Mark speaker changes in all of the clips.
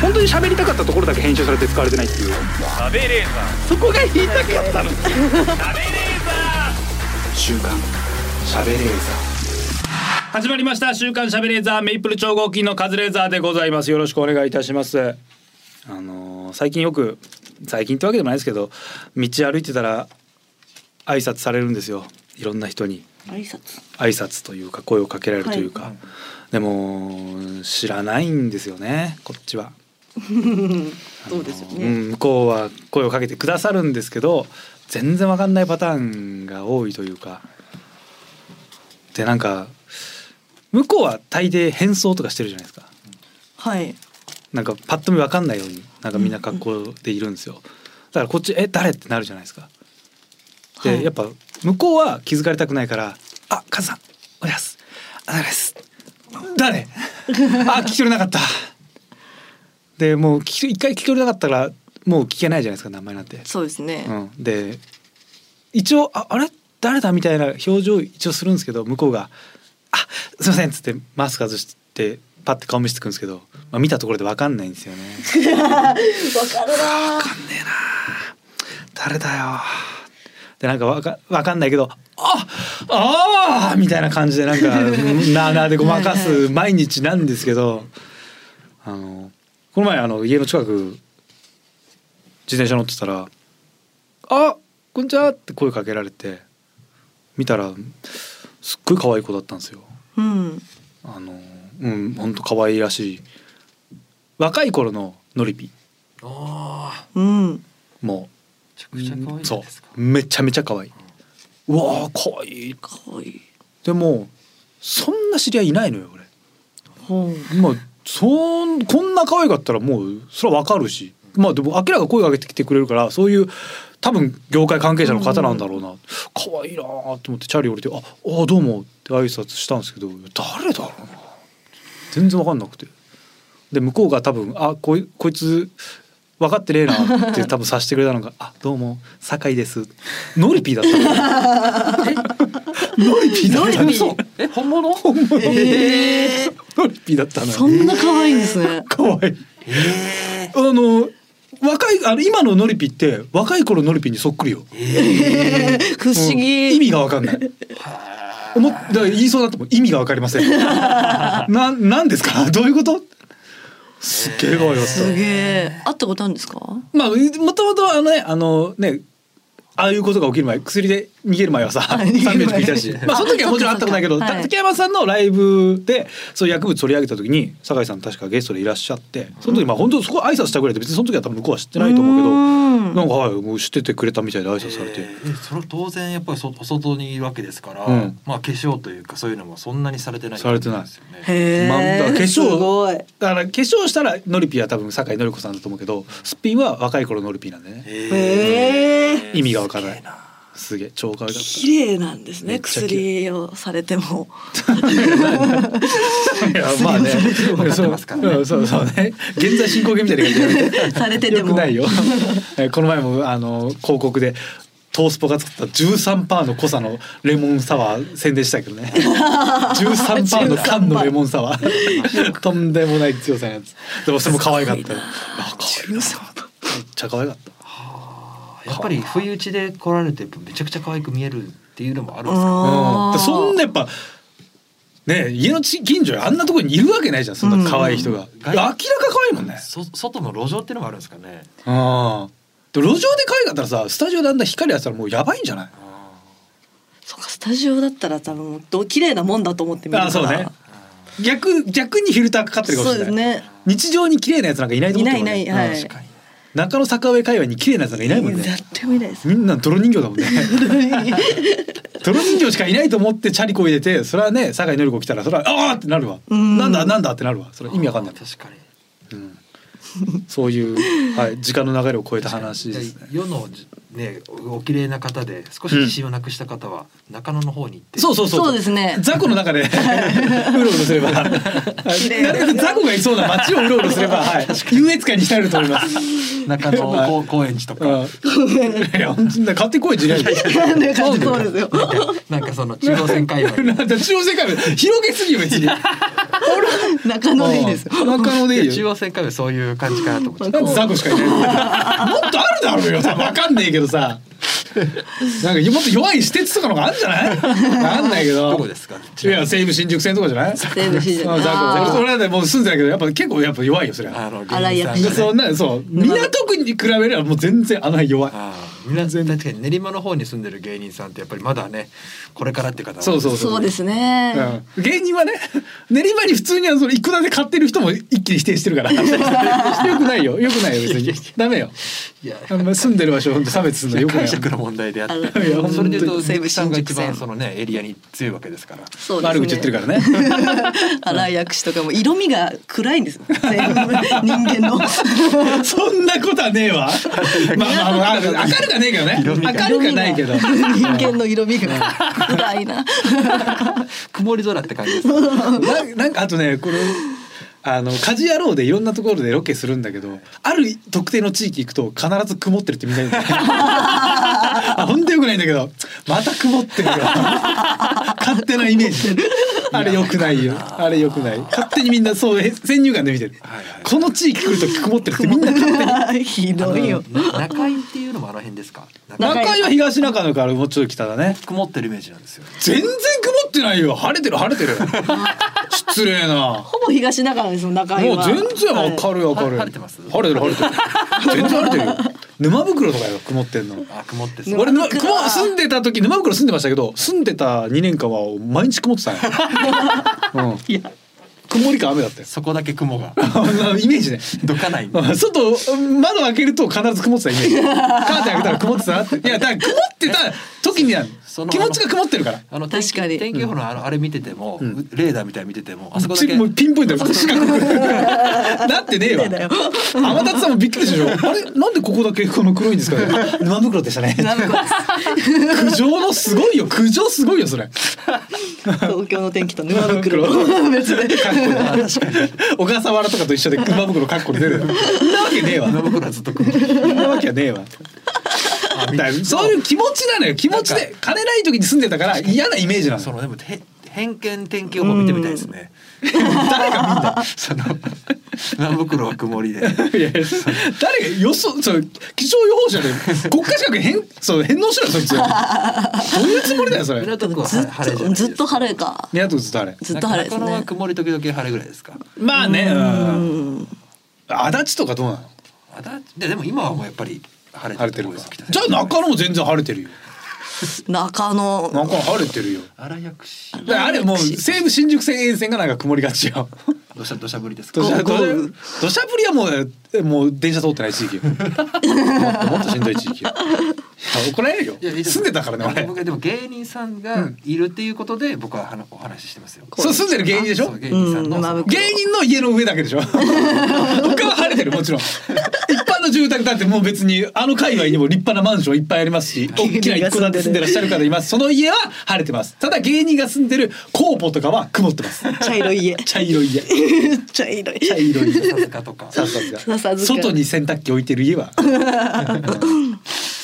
Speaker 1: 本当に喋りたかったところだけ編集されて使われてないっていう
Speaker 2: 食べれー
Speaker 1: そこが言いたかったの週刊喋れー
Speaker 2: 始まりました週刊しゃべレーザーメイプル超合金のカズレーザーでございますよろしくお願いいたしますあのー最近よく最近ってわけでもないですけど道歩いてたら挨拶されるんですよいろんな人に
Speaker 3: 挨拶
Speaker 2: 挨拶というか声をかけられるというか、でも知らないんですよねこっちは、
Speaker 3: そうですよ
Speaker 2: う
Speaker 3: ね、
Speaker 2: ん、向こうは声をかけてくださるんですけど全然わかんないパターンが多いというかでなんか向こうは大抵変装とかしてるじゃないですか
Speaker 3: はい
Speaker 2: なんかパッと見わかんないようになんかみんな格好でいるんですよだからこっち「え誰?」ってなるじゃないですかで、
Speaker 3: はい
Speaker 2: やっぱ向こうは気づかれたくないから「あカズさんおやすあ誰です誰 あ聞き取れなかった」でもう聞き一回聞き取れなかったからもう聞けないじゃないですか名前なんて、
Speaker 3: そうですね、
Speaker 2: うん、で一応「ああれ誰だ?」みたいな表情を一応するんですけど向こうが「あすいません」っつってマスク外してパッて顔見せてくるんですけど、まあ、見たところで分かんないんですよね。
Speaker 3: わかるなー
Speaker 2: 誰だよでなんかわかわかんないけど「ああーみたいな感じでなんかなあなあでごまか
Speaker 3: はいは
Speaker 2: す毎日なんですけどあのこの前あの家の近く自転車乗ってたら「あこんにちは」って声かけられて見たらすっごい可愛い子だったんですよ。
Speaker 3: うん
Speaker 2: あのうん本当可愛いらしい若い頃のノリピ
Speaker 4: ああ
Speaker 3: うん
Speaker 2: もう
Speaker 4: めちゃくちゃ可愛いじゃないですか
Speaker 2: そうめちゃめちゃ可愛い、うわあ可愛い
Speaker 3: かわいい
Speaker 2: でもそんな知り合いいないのよ俺
Speaker 3: ほう
Speaker 2: まあそんこんな可愛かったらもうそれはわかるしまあでも明らかに声を上げてきてくれるからそういう多分業界関係者の方なんだろうな、可愛いなーって思ってチャリ降りて「ああーどうも」って挨拶したんですけど誰だろうな全然わかんなくてで向こうが多分「あこいこいつ分かってねえな」って多分察してくれたのが「あどうも酒井です」ノリピーだったの ノリピーだったのそう
Speaker 4: え本物
Speaker 2: 本物ノ
Speaker 3: えー、
Speaker 2: リピーだったのよ
Speaker 3: そんな可愛いんですね
Speaker 2: 可愛いあの若いあの今のノリピって若い頃のノリピにそっくりよ、
Speaker 3: 不思
Speaker 2: うん
Speaker 3: 議、
Speaker 2: 意味がわかんない思っだから言いそうだとも意味がわかりません ななんですかどういうことすっげえ可愛かっ
Speaker 3: す
Speaker 2: た
Speaker 3: げえ会ったことあるんですか
Speaker 2: まあもともとあのねあのねああいうことが起きる前薬で逃げる前は さ
Speaker 3: はい
Speaker 2: 3
Speaker 3: 逃げ
Speaker 2: 名
Speaker 3: る
Speaker 2: 食
Speaker 3: 前
Speaker 2: いた し、まあ、その時はもちろんあったことないけど、
Speaker 3: そっかそっかはい
Speaker 2: 竹山さんのライブでそういう薬物取り上げた時に酒井さん確かゲストでいらっしゃってその時まあ本当そこ挨拶したぐらいで別にその時は多分向こうは知ってないと思うけど
Speaker 3: うん
Speaker 2: なんかはいもう知っててくれたみたいで挨拶されて、
Speaker 4: えーそれは当然やっぱりそお外にいるわけですから、
Speaker 2: うん
Speaker 4: まあ化粧というかそういうのもそんなにされてない
Speaker 2: されてない
Speaker 4: ですよね
Speaker 3: へ
Speaker 2: まあだから
Speaker 3: え、
Speaker 2: 化粧
Speaker 3: すごい
Speaker 2: だから化粧したらノリピは多分酒井のり子さんだと思うけどすっぴんは若い頃のノリピなんでね
Speaker 3: へえ
Speaker 2: 意味がわからな
Speaker 4: すげえ
Speaker 2: いすげえ超可愛かった
Speaker 3: 綺麗なんです
Speaker 2: め
Speaker 3: ね
Speaker 2: っちゃ綺麗
Speaker 3: 薬をされても
Speaker 2: いやまあね、
Speaker 4: ってますからね
Speaker 2: そううんそうそうね、現在進行形みたいな感じでやめて
Speaker 3: されてても
Speaker 2: よくないよ。えこの前もあの広告でトースポが作った13%の濃さのレモンサワー宣伝したけどね。13%の缶のレモンサワー、とんでもない強さのやつ。でもそれも可愛かったよ。あ可愛いなめっちゃ可愛かった。
Speaker 4: やっぱり不意打ちで来られてめちゃくちゃ可愛く見えるっていうのもあるんですか
Speaker 2: うん
Speaker 3: あ
Speaker 2: で、
Speaker 3: ー
Speaker 2: そんなやっぱ。ね、家のち近所にあんなところにいるわけないじゃんそんな可愛い人が、
Speaker 4: ん
Speaker 2: いや明らか可愛いもんね
Speaker 4: そ外の路上っていうのもあるんですかね
Speaker 2: ああ。で路上で可愛かったらさ、スタジオであんな光やってたらもうやばいんじゃない？
Speaker 3: そうかスタジオだったら多分どう綺麗なもんだと思って見るから
Speaker 2: あそうね逆逆にフィルターかかってるかも
Speaker 3: そう
Speaker 2: しれ
Speaker 3: で
Speaker 2: な
Speaker 3: す
Speaker 2: い。
Speaker 3: ね
Speaker 2: 日常に綺麗なやつなんかいないと
Speaker 3: い
Speaker 2: 思っ
Speaker 3: な
Speaker 2: て
Speaker 3: いいないはい
Speaker 4: 確かに
Speaker 2: 中野坂上界隈に綺麗なやつなんかいないもんね。
Speaker 3: 誰もいないです
Speaker 2: みんな泥人形だもんね。泥人形しかいないと思ってチャリこ入れて、それはね、酒井紀子来たら、それはああってなるわ。
Speaker 3: ん
Speaker 2: なんだなんだってなるわ。それ意味わかんない。
Speaker 4: 確かに
Speaker 2: そういうはい時間の流れを超えた話ですね。
Speaker 4: 世のじねお綺麗な方で少し自信をなくした方は中野の方に行って
Speaker 2: そうそうそう。
Speaker 3: そうですね
Speaker 2: 雑魚の中でうろうろすれば、なる
Speaker 3: 麗な
Speaker 2: べく雑魚がいそうな街をうろうろすれば、はい、優越感になると思います。
Speaker 4: 中野高高円寺とか
Speaker 2: うんいや本当に勝手に声じゃないです。
Speaker 3: なんかそうですよ
Speaker 4: なんかその中央線界隈
Speaker 2: なんか中央世界広げすぎよ別に。
Speaker 3: 中野でいいですよ。
Speaker 2: 中野でいい
Speaker 4: 中
Speaker 2: よ。
Speaker 4: 央線かそういう感じかなと思って
Speaker 2: なんでザコしかいない。もっとあるだろうよ。わかんねえけどさ。なんかもっと弱い私鉄とかのがあるんじゃない？わかんないけど。
Speaker 4: どこですか
Speaker 2: いや西武新宿線とかじゃない？
Speaker 3: 西武新宿
Speaker 2: あザ
Speaker 3: あ
Speaker 2: コ。
Speaker 3: ー
Speaker 2: それはねもう住んでたけどやっぱ結構やっぱ弱いよそれは。
Speaker 4: の
Speaker 3: 荒いやつ
Speaker 4: 芸人さん
Speaker 2: そ
Speaker 4: が
Speaker 2: ん
Speaker 4: ね
Speaker 2: なそう港区に比べればもう全然あの辺弱い。
Speaker 4: ああみんな確かに練馬の方に住んでる芸人さんってやっぱりまだねこれからっていう方
Speaker 2: そうそう
Speaker 3: そうですね。
Speaker 2: うん芸人はね練馬に普通にあのその一戸建て買ってる人も一気に否定してるからよくないよよくないよ別にダメよ
Speaker 4: いや
Speaker 2: あんま住んでる場所ほんと差別するのよくない
Speaker 4: 解釈の問題であって
Speaker 3: あのいや
Speaker 4: それで言う
Speaker 3: 本
Speaker 4: と
Speaker 3: 当に
Speaker 4: 西武さんが一
Speaker 3: 西武新
Speaker 4: 番
Speaker 3: 宿線
Speaker 4: そのねエリアに強いわけですから
Speaker 3: そうですね。
Speaker 2: 悪口言ってるからね
Speaker 3: 荒い薬師とかも色味が暗いんですよ。全部人間の。
Speaker 2: そんなことはねえわまあまあまあ明るくはねえけどね明るくはないけど
Speaker 3: 色味が人間の色味が暗いな。
Speaker 4: 曇り空って感じですね
Speaker 2: な なんかあとねこれあの「家事野郎」でいろんなところでロケするんだけどある特定の地域行くと必ず曇ってるってみんな言うんだ よあほんとよくないんだけどまた曇ってるよ勝手なイメージあれよくないよあれよくない勝手にみんなそうへ先入観で見てる、
Speaker 4: はいはい
Speaker 2: この地域来ると曇ってるってみんな勝手 に
Speaker 3: ひどいよ。
Speaker 4: な中井っていうのもあの辺ですか中井
Speaker 2: 中井は東中野からもうちょっと北だね
Speaker 4: 曇ってるイメージなんですよ
Speaker 2: 全然曇ってないよ晴れてる晴れて る失礼な
Speaker 3: ほぼ東中野ですもん中井
Speaker 2: もう
Speaker 3: は。
Speaker 2: 全然
Speaker 3: はい
Speaker 2: 明るい明るい、
Speaker 4: はい晴れてます
Speaker 2: 晴れてる晴れてる全然晴れてるよ 沼袋とかよ曇ってんの
Speaker 4: あ曇ってそう
Speaker 2: 俺沼
Speaker 3: 沼袋
Speaker 2: 雲住んでた時沼袋住んでましたけど住んでた2年間は毎日曇って たよ、うん、曇りか雨だったよ
Speaker 4: そこだけ雲が
Speaker 2: イメージね
Speaker 4: どかない
Speaker 2: うん外窓開けると必ず曇ってたイメージ カーテン開けたら曇ってたなっていやだから曇ってた時には
Speaker 4: その
Speaker 2: 気持ちが曇ってるから
Speaker 4: あの
Speaker 3: 確かに
Speaker 4: 天気天気予報のあのあれ見てても、
Speaker 2: ん
Speaker 4: レーダーみたいに見ててもあそこだ
Speaker 2: ち
Speaker 4: け
Speaker 2: もうピンポイン トだよ。四角くなってねえわ。天達さんもびっくり したでしょ。あれなんでここだけこの黒いんですかね。あ沼袋 でしたね。
Speaker 3: 南部です
Speaker 2: 苦情のすごいよ。苦情すごいよそれ。
Speaker 3: 東京の天気と沼袋 別で
Speaker 2: 小笠原とかと一緒で沼袋かっこで出るよ。そんなわけねえわ。
Speaker 4: の僕らはずっと曇って
Speaker 2: そんなわけはねえわ。だからそういう気持ちなのよ。気持ち
Speaker 4: なん
Speaker 2: で金ない時に住んでたから嫌なイメージなの。
Speaker 4: そのでもへ偏見天気予報見てみたいですね。
Speaker 2: 誰が見んだ。
Speaker 4: その南袋は曇りで。
Speaker 2: いやいや誰が予想そう気象予報士じゃねえ国家資格返そう返納しろよそいつどういうつもりだよそれ
Speaker 4: 港区は
Speaker 3: ずっ
Speaker 4: 晴れじ
Speaker 3: と
Speaker 4: ゃないです
Speaker 3: ずっと晴れか。
Speaker 2: 宮戸ずっとあれ
Speaker 3: ずっと晴れです
Speaker 4: 中野は
Speaker 3: ね。
Speaker 4: 曇り時々晴れぐらいですか。
Speaker 2: まあねうん
Speaker 3: うん
Speaker 2: 足立とかどうなの
Speaker 4: あだででも今はもうやっぱり晴れ
Speaker 2: 晴れてるか
Speaker 4: とこです
Speaker 2: じゃあ中野も全然晴れてるよ
Speaker 3: 中野
Speaker 2: 中野晴れてるよ
Speaker 4: 荒薬師
Speaker 2: だからあれもう西武新宿線沿線がなんか曇りがちよ
Speaker 4: 土砂土砂降りですか
Speaker 2: 土。砂
Speaker 3: 豪
Speaker 2: 降
Speaker 3: 雨
Speaker 2: り土砂降りはもうえもう電車通ってない地 域よもっともっとしんどい地域よいや怒られるよ
Speaker 4: いやいや
Speaker 2: 住んでたからね俺
Speaker 4: 僕はでも芸人さんがいるっていうことで僕は話お話ししてますよ。
Speaker 2: そう住んでる芸人でしょ
Speaker 4: そう芸人さんの
Speaker 3: うんまあ僕
Speaker 2: 芸人の家の上だけでしょ 他は晴れてるもちろん一般の住宅だってもう別にあの界隈にも立派なマンションいっぱいありますし大きな一戸建て住んでらっしゃる方いますその家は晴れてますただ芸人が住んでるコーポとかは曇ってます
Speaker 3: 茶色い家。
Speaker 2: 茶色い家
Speaker 3: 茶色い。
Speaker 2: 茶色い家
Speaker 4: 笹塚とか。
Speaker 2: さすが
Speaker 3: さすが
Speaker 2: 外に洗濯機置いてる家は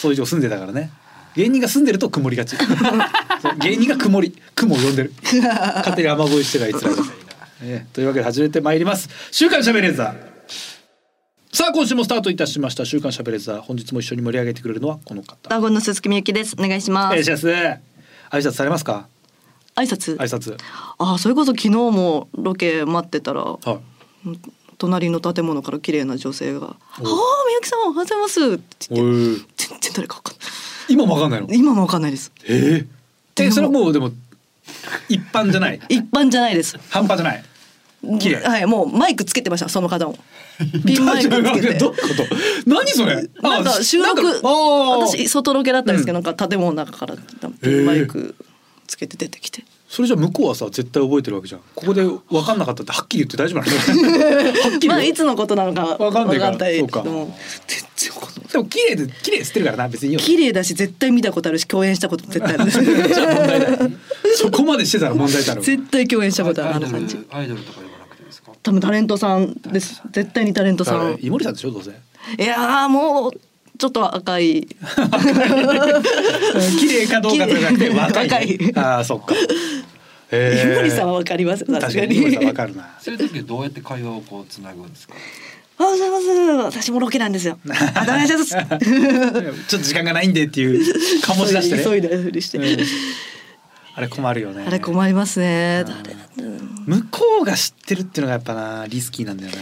Speaker 2: そう以上住んでたからね芸人が住んでると曇りがちそう芸人が曇り雲を呼んでる勝手に雨乞いしてるあいつらが、ええというわけで始めてまいります「週刊しゃべれーザー」さあ今週もスタートいたしました「週刊しゃべれーザー」本日も一緒に盛り上げてくれるのはこの方
Speaker 3: ダゴンの鈴木みゆきです。お願いしま
Speaker 2: お願い
Speaker 3: す。
Speaker 2: します挨拶されますか
Speaker 3: 挨拶。
Speaker 2: 挨拶
Speaker 3: ああ、それこそ昨日もロケ待ってたら、
Speaker 2: はい
Speaker 3: 隣の建物から綺麗な女性が、はあ、みゆきさんおはようございますって言って、全然誰かわかん
Speaker 2: 今もわかんないの
Speaker 3: ない。今もわかんないです。
Speaker 2: えええそれはもうでも一般じゃない
Speaker 3: 一般じゃないです。
Speaker 2: 半端じゃない綺麗
Speaker 3: はい、もうマイクつけてました。その 方も。ピンマイクつけて。
Speaker 2: どういうこと何それあ
Speaker 3: なんか収録
Speaker 2: なんかあー
Speaker 3: 私外ロケだったんですけど、なんか建物の中からマイクつけて出てきて、
Speaker 2: それじゃ向こうはさ絶対覚えてるわけじゃんここで分かんなかったってはっきり言って大丈夫なの はっき
Speaker 3: まあい
Speaker 2: り
Speaker 3: つのことなのか
Speaker 2: わか
Speaker 3: 分か
Speaker 2: んないから
Speaker 3: んないけど
Speaker 2: そう
Speaker 3: も
Speaker 2: か
Speaker 3: 全然わかんない
Speaker 2: でも綺麗で綺麗してるからな別にいいよ
Speaker 3: 綺麗だし絶対見たことあるし共演したことも絶 対あるし
Speaker 2: じゃあ問題だよそこまでしてたら問題だ ろう
Speaker 3: 絶対共演したことある
Speaker 4: ア
Speaker 3: あ
Speaker 4: イド
Speaker 3: の感じ
Speaker 4: ルアイドルとかではなくてですか。
Speaker 3: 多分タレントさんです絶対にタレントさ
Speaker 2: だから
Speaker 3: ん
Speaker 2: 井森さんでしょどうせ
Speaker 3: いやーもうちょっと赤い
Speaker 2: 綺麗かどうかとかじゃなくて
Speaker 3: 綺麗
Speaker 2: 若いね
Speaker 3: 若い
Speaker 2: ああそっかへー
Speaker 3: 井森さんはわかります
Speaker 2: 確
Speaker 3: 確
Speaker 2: か
Speaker 3: か
Speaker 2: に
Speaker 3: に
Speaker 2: 井森さんわかる な
Speaker 4: そういう時はどうやって会話をこうつなぐんですか。
Speaker 3: あ、おはようございます。私もロケな んですよ。あ、ダメです。
Speaker 2: ちょっと時間がないんでっていうかもし出してね
Speaker 3: 急いだふりして。
Speaker 2: うんあれ困るよね
Speaker 3: あれ困りますね。
Speaker 2: うん
Speaker 3: 誰だったの
Speaker 2: 向こうが知ってるっていうのがやっぱなリスキーなんだよな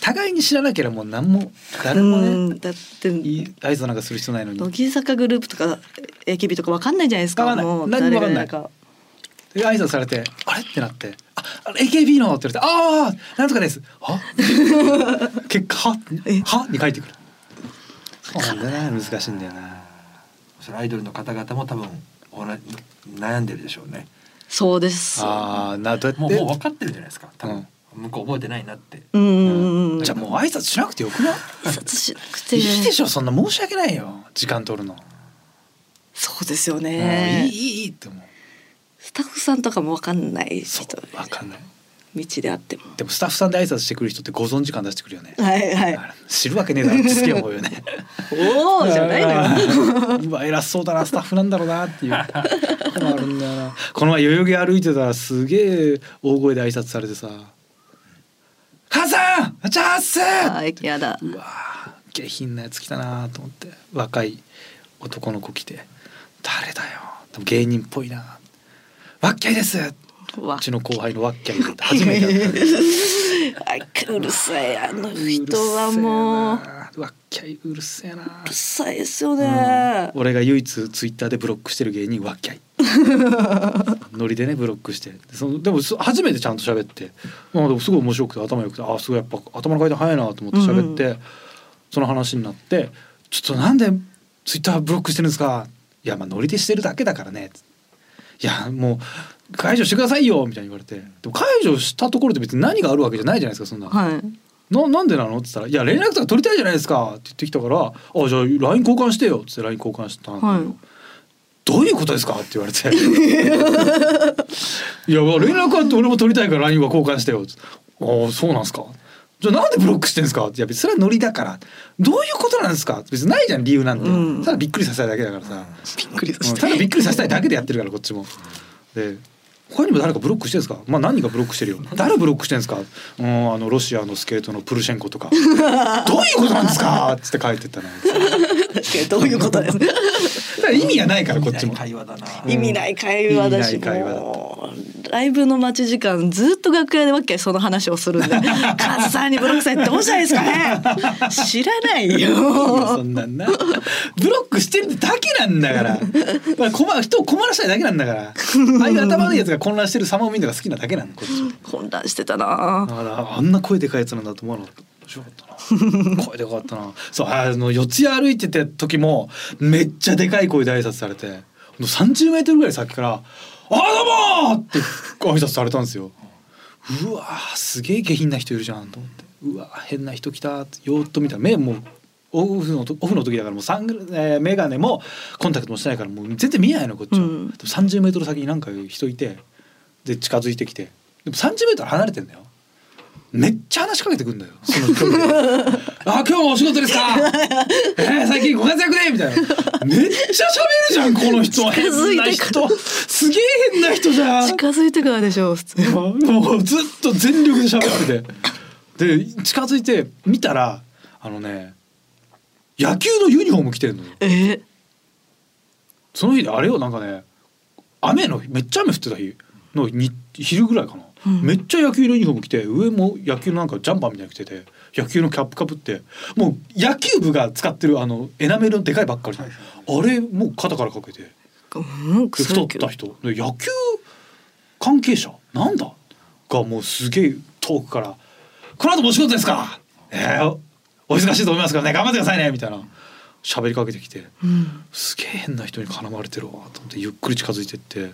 Speaker 2: 互いに知らなければもう何も誰も
Speaker 3: う
Speaker 2: ね
Speaker 3: んだって
Speaker 2: いい合図なんかする必要ないのに
Speaker 3: 乃木坂グループとか AKB とかわかんないじゃないですか。
Speaker 2: わかんない
Speaker 3: もう
Speaker 2: 何もわかんない
Speaker 3: 誰々
Speaker 2: で挨拶されて「あれ?」ってなって「ああの AKB の」って言われて「ああなんとかです」 は「結果は
Speaker 3: え
Speaker 2: は」に返ってくるそうなんだよな難しいんだよな
Speaker 4: それアイドルの方々も多分おな悩んでるでしょうね。
Speaker 3: そうです。
Speaker 2: ああなどうや
Speaker 4: も
Speaker 2: っ
Speaker 4: う
Speaker 2: て
Speaker 4: もう分かってるんじゃないですか。多分、向こう覚えてないなって。
Speaker 3: うんうんうん。
Speaker 2: じゃあもう挨拶しなくてよくない
Speaker 3: 挨拶しなくて
Speaker 2: いいでしょそんな申し訳ないよ時間取るの、
Speaker 3: そうですよ
Speaker 2: もうい
Speaker 3: ね
Speaker 2: い。いいいいって思う
Speaker 3: スタッフさんとかもわかんない
Speaker 2: そ
Speaker 3: 人
Speaker 2: うわかんない
Speaker 3: 道であっても。
Speaker 2: でもスタッフさんで挨拶してくる人ってご存知感出してくるよね、
Speaker 3: はいはい。
Speaker 2: あれ知るわけねえだろってすげえ思うよね
Speaker 3: おおじゃないのよ。
Speaker 2: のうわ偉そうだなスタッフなんだろうなっていう困るんだよなこの前代々木歩いてたらすげえ大声で挨拶されてさ「母さんチャンス!」
Speaker 3: はいやだ。
Speaker 2: うわー下品なやつ来たなーと思って若い男の子来て「誰だよ」でも芸人っぽいな「わっきゃいです」う
Speaker 3: わ
Speaker 2: ちの後輩のわっきゃいで初めて会った
Speaker 3: あうるさいあの人はもううる
Speaker 2: うわっきゃいうるせえな
Speaker 3: さいですよね。
Speaker 2: うん俺が唯一ツイッターでブロックしてる芸人わっきゃいノリでねブロックしてでそのでもす初めてちゃんと喋ってまあでもすごい面白くて頭良くてああすごいやっぱ頭の回転早いなと思って喋って、
Speaker 3: う
Speaker 2: その話になって「ちょっとなんでツイッターブロックしてるんですか?」「いやまあノリでしてるだけだからね」いやもう解除してくださいよ」みたいに言われてでも解除したところで別に何があるわけじゃないじゃないですかそんな。
Speaker 3: はい。
Speaker 2: ななんでなの?」って言ったら「いや連絡とか取りたいじゃないですか」って言ってきたから「あじゃあ LINE 交換してよ」っつって LINE 交換したんだよ、
Speaker 3: はい
Speaker 2: どういうことですか?」って言われて 「いやまあ連絡は俺も取りたいから LINE は交換してよ」っつってああそうなんすか」じゃあなんでブロックしてんすか?」って「いや別にそれはノリだからどういうことなんですか?」別にないじゃん理由なんて、
Speaker 3: うん
Speaker 2: ただびっくりさせたいだけだからさ、
Speaker 3: びっくり
Speaker 2: うんただびっくりさせたいだけでやってるからこっちも。で他にも誰かブロックしてるんですか。まあ何人かブロックしてるよ。誰ブロックしてるんですか。うんあのロシアのスケートのプルシェンコと か。どういうことなんですか。つって書いてったな。
Speaker 3: 確かにどういうことです。
Speaker 2: だから意味がないからこっちも。
Speaker 4: 会話だな。
Speaker 3: 意味ない会話だし、
Speaker 2: 意味ない会話だった
Speaker 3: もうライブの待ち時間ずっと楽屋でわっけその話をす るんで、カズさんにブロックされてどうしたらいいですかね。知らない
Speaker 2: いいよ
Speaker 3: よ。
Speaker 2: そんなんな。ブロックしてるだけなんだから。まあ困人を困らせたいだけなんだ から。ああいう頭のいいやつが混乱してる様を見るのが好きなだけなんだこっちも。
Speaker 3: 混乱してたな。
Speaker 2: だからあんな声でかいやつなんだと思わなかった。面白かったな。声でかかったな。そうあの四ツ谷歩いてた時もめっちゃでかい声で挨拶されて、三十メートルぐらい先からあどうもーって挨拶されたんですよ。うわーすげえ下品な人いるじゃんと思って。うわー変な人来たーってよーっと見たら目もう。オフのとオフの時だからもうサング、えー、メガネもコンタクトもしてないからもう全然見えないのこっちは、
Speaker 3: うん
Speaker 2: でも30メートル先になんか人いてで近づいてきてでも30メートル離れてんだよめっちゃ話しかけてくんだよ。その距離で あ、今日もお仕事ですか。えー最近ご活躍でみたいな。めっちゃ喋るじゃん、この人。
Speaker 3: 近づいてくる
Speaker 2: 変な人。すげえ変な人じゃん。
Speaker 3: 近づいてからでしょう普通。
Speaker 2: もうずっと全力で喋ってて。で、近づいて見たら、あのね。野球のユニフォーム着てんのよ。
Speaker 3: えー、
Speaker 2: その日であれよ、なんかね。雨の日、めっちゃ雨降ってた日。の日、昼ぐらいかな。
Speaker 3: うん
Speaker 2: めっちゃ野球のユニフォーム着て上も野球のなんかジャンパーみたいに着てて野球のキャップかぶってもう野球部が使ってるあのエナメルのでかいばっかりじゃんあれもう肩からかけてで
Speaker 3: うん、
Speaker 2: 太った人で野球関係者なんだがもうすげえ遠くから「この後もお仕事ですかえーお忙しいと思いますからね頑張ってくださいね」みたいな喋りかけてきて。
Speaker 3: うん、
Speaker 2: すげえ変な人に絡まれてるわと思ってゆっくり近づいてって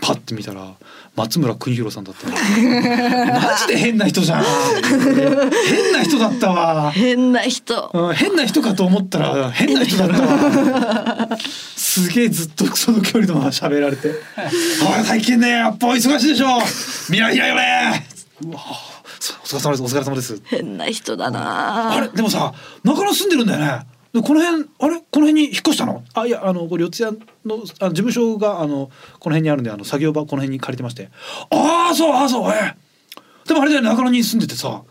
Speaker 2: パッて見たら松村邦弘さんだったのマジで変な人じゃん 変な人だったわ、
Speaker 3: 変な人。
Speaker 2: うん、変な人かと思ったら変な人だったわ すげえずっとその距離のまま喋られて「おい最近ねやっぱお忙しいでしょ未来開いよね!」うわお疲れ様ですお疲れ様です
Speaker 3: 変な人だ
Speaker 2: あ
Speaker 3: な
Speaker 2: れ。でもさ中野住んでるんだよねでこの辺あれこの辺に引っ越したのあいやあのこれ四谷のあ事務所があのこの辺にあるんであの作業場この辺に借りてましてああそうああそうええでもあれだよね中野に住んでてさあれこ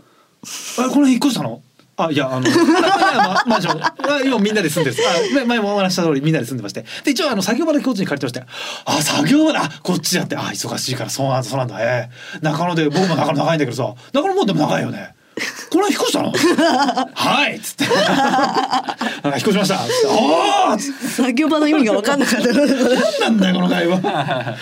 Speaker 2: の辺引っ越したのあいやあの いやまマンションあ今みんなで住んでるあ前前もお話しした通りみんなで住んでましてで一応あの作業場だけこっちに借りてましてあ作業場だこっちだってあ忙しいからそうなんだそうなんだええ中野で僕も中野長いんだけどさ中野もでも長いよねこの辺引っ越したのはいっつって なんか引っ越しましたっつっておーっつって
Speaker 3: 作業場の意味が分かんなかった
Speaker 2: 何なんだよこの 会話でなんで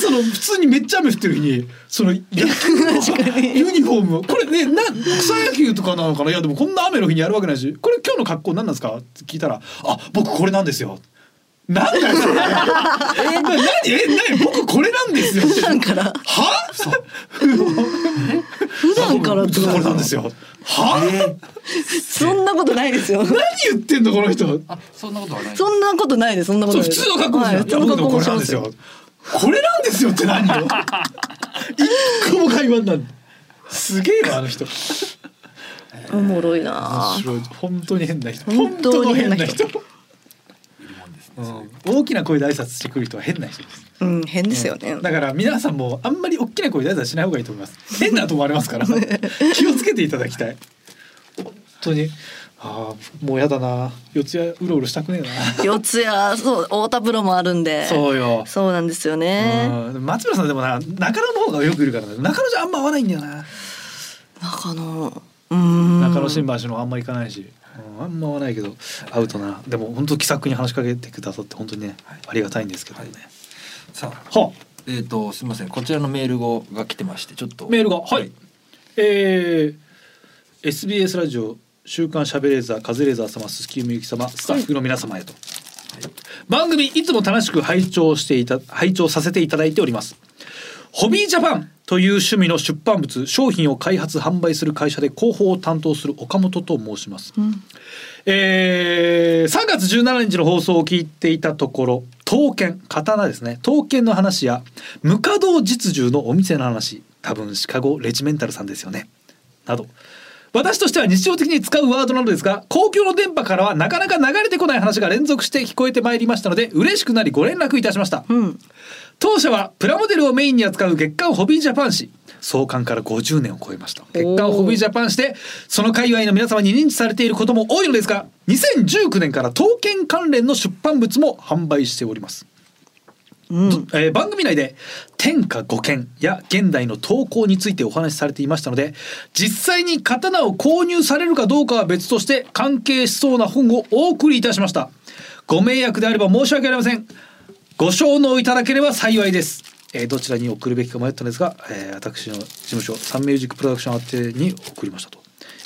Speaker 2: その普通にめっちゃ雨降ってる日にその野球
Speaker 3: 確か
Speaker 2: の
Speaker 3: に
Speaker 2: ユニフォームこれねな草野球とかなのかないやでもこんな雨の日にやるわけないしこれ今日の格好何なんですかって聞いたら「あ僕これなんですよ」なんだよ それえな何え何僕これなんですよ
Speaker 3: 普段から
Speaker 2: は
Speaker 3: 普段から
Speaker 2: 僕これなんですよは、
Speaker 3: そんなことないですよ
Speaker 2: 何言ってんのこの人
Speaker 4: あそんなことはない
Speaker 3: そんなことないですそんなこ
Speaker 2: そ
Speaker 3: と
Speaker 2: う普
Speaker 3: ないです
Speaker 2: 通の格好です
Speaker 3: は
Speaker 2: よ
Speaker 3: い
Speaker 2: い
Speaker 3: 普
Speaker 2: や
Speaker 3: 通の
Speaker 2: 僕で
Speaker 3: 格
Speaker 2: も
Speaker 3: 好
Speaker 2: こ
Speaker 3: も
Speaker 2: れ
Speaker 3: し
Speaker 2: なん
Speaker 3: ま
Speaker 2: です
Speaker 3: すよ
Speaker 2: よこれなんですよって何よ一個も会話になんないすげえわあの人
Speaker 3: おもろいな
Speaker 2: 面白い本当に変な人
Speaker 3: 本当に変な人
Speaker 2: 本当の変な人うん大きな声で挨拶してくる人は変な人です
Speaker 3: うん変ですよね
Speaker 2: だから皆さんもあんまり大きな声で挨拶しない方がいいと思います変だと思われ ますから気をつけていただきたい本当にああもうやだな四谷うろうろしたくねえな
Speaker 3: 四谷そう太田プロもあるんで
Speaker 2: そうよ
Speaker 3: そうなんですよね
Speaker 2: うん松村さんでもな中野の方がよくいるからな中野じゃあんま合わないんだよな、
Speaker 3: 中野うん
Speaker 2: 中野新橋のあんま行かないし、うんあんま合わないけど会うとなでも本当気さくに話しかけてくださって本当にねありがたいんですけどね、
Speaker 4: さあ
Speaker 2: は
Speaker 4: えっ、とすみませんこちらのメール語が来てましてちょっと
Speaker 2: メールがはい、えー SBS ラジオ週刊しゃべれーザーカズレーザー様すすきゆみゆき様スタッフの皆様へと、番組いつも楽しく拝聴していた拝聴させていただいておりますホビージャパンという趣味の出版物商品を開発販売する会社で広報を担当する岡本と申します、えー3月17日の放送を聞いていたところ刀剣刀ですね刀剣の話や無稼働実銃のお店の話多分シカゴレジメンタルさんですよねなど私としては日常的に使うワードなのですが公共の電波からはなかなか流れてこない話が連続して聞こえてまいりましたので嬉しくなりご連絡いたしました、
Speaker 3: うん
Speaker 2: 当社はプラモデルをメインに扱う月刊ホビージャパン誌創刊から50年を超えました月刊ホビージャパン誌でその界隈の皆様に認知されていることも多いのですが2019年から刀剣関連の出版物も販売しております
Speaker 3: うん
Speaker 2: えー番組内で「天下五剣」や現代の刀工についてお話しされていましたので実際に刀を購入されるかどうかは別として関係しそうな本をお送りいたしましたご迷惑であれば申し訳ありませんご承納いただければ幸いです、えーどちらに送るべきか迷ったんですが、えー私の事務所サンミュージックプロダクション宛てに送りましたと。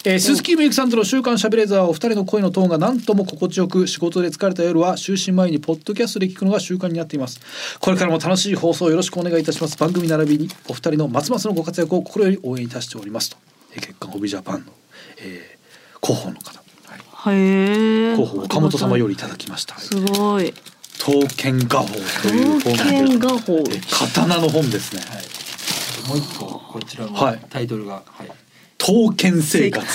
Speaker 2: えー、鈴木みゆきさんとの週刊しゃべれーザーお二人の声のトーンが何とも心地よく仕事で疲れた夜は就寝前にポッドキャストで聞くのが習慣になっていますこれからも楽しい放送をよろしくお願いいたします番組並びにお二人のますますのご活躍を心より応援いたしておりますと、えー、月刊ホビージャパンの、えー広報の方
Speaker 3: へえ
Speaker 2: 広報岡本様よりいただきました
Speaker 3: すごい
Speaker 2: 刀剣画法という本
Speaker 3: 刀剣画法
Speaker 2: えー刀の本ですね
Speaker 4: もう一個こちらの
Speaker 2: はい
Speaker 4: タイトルが、はい
Speaker 2: 刀剣生活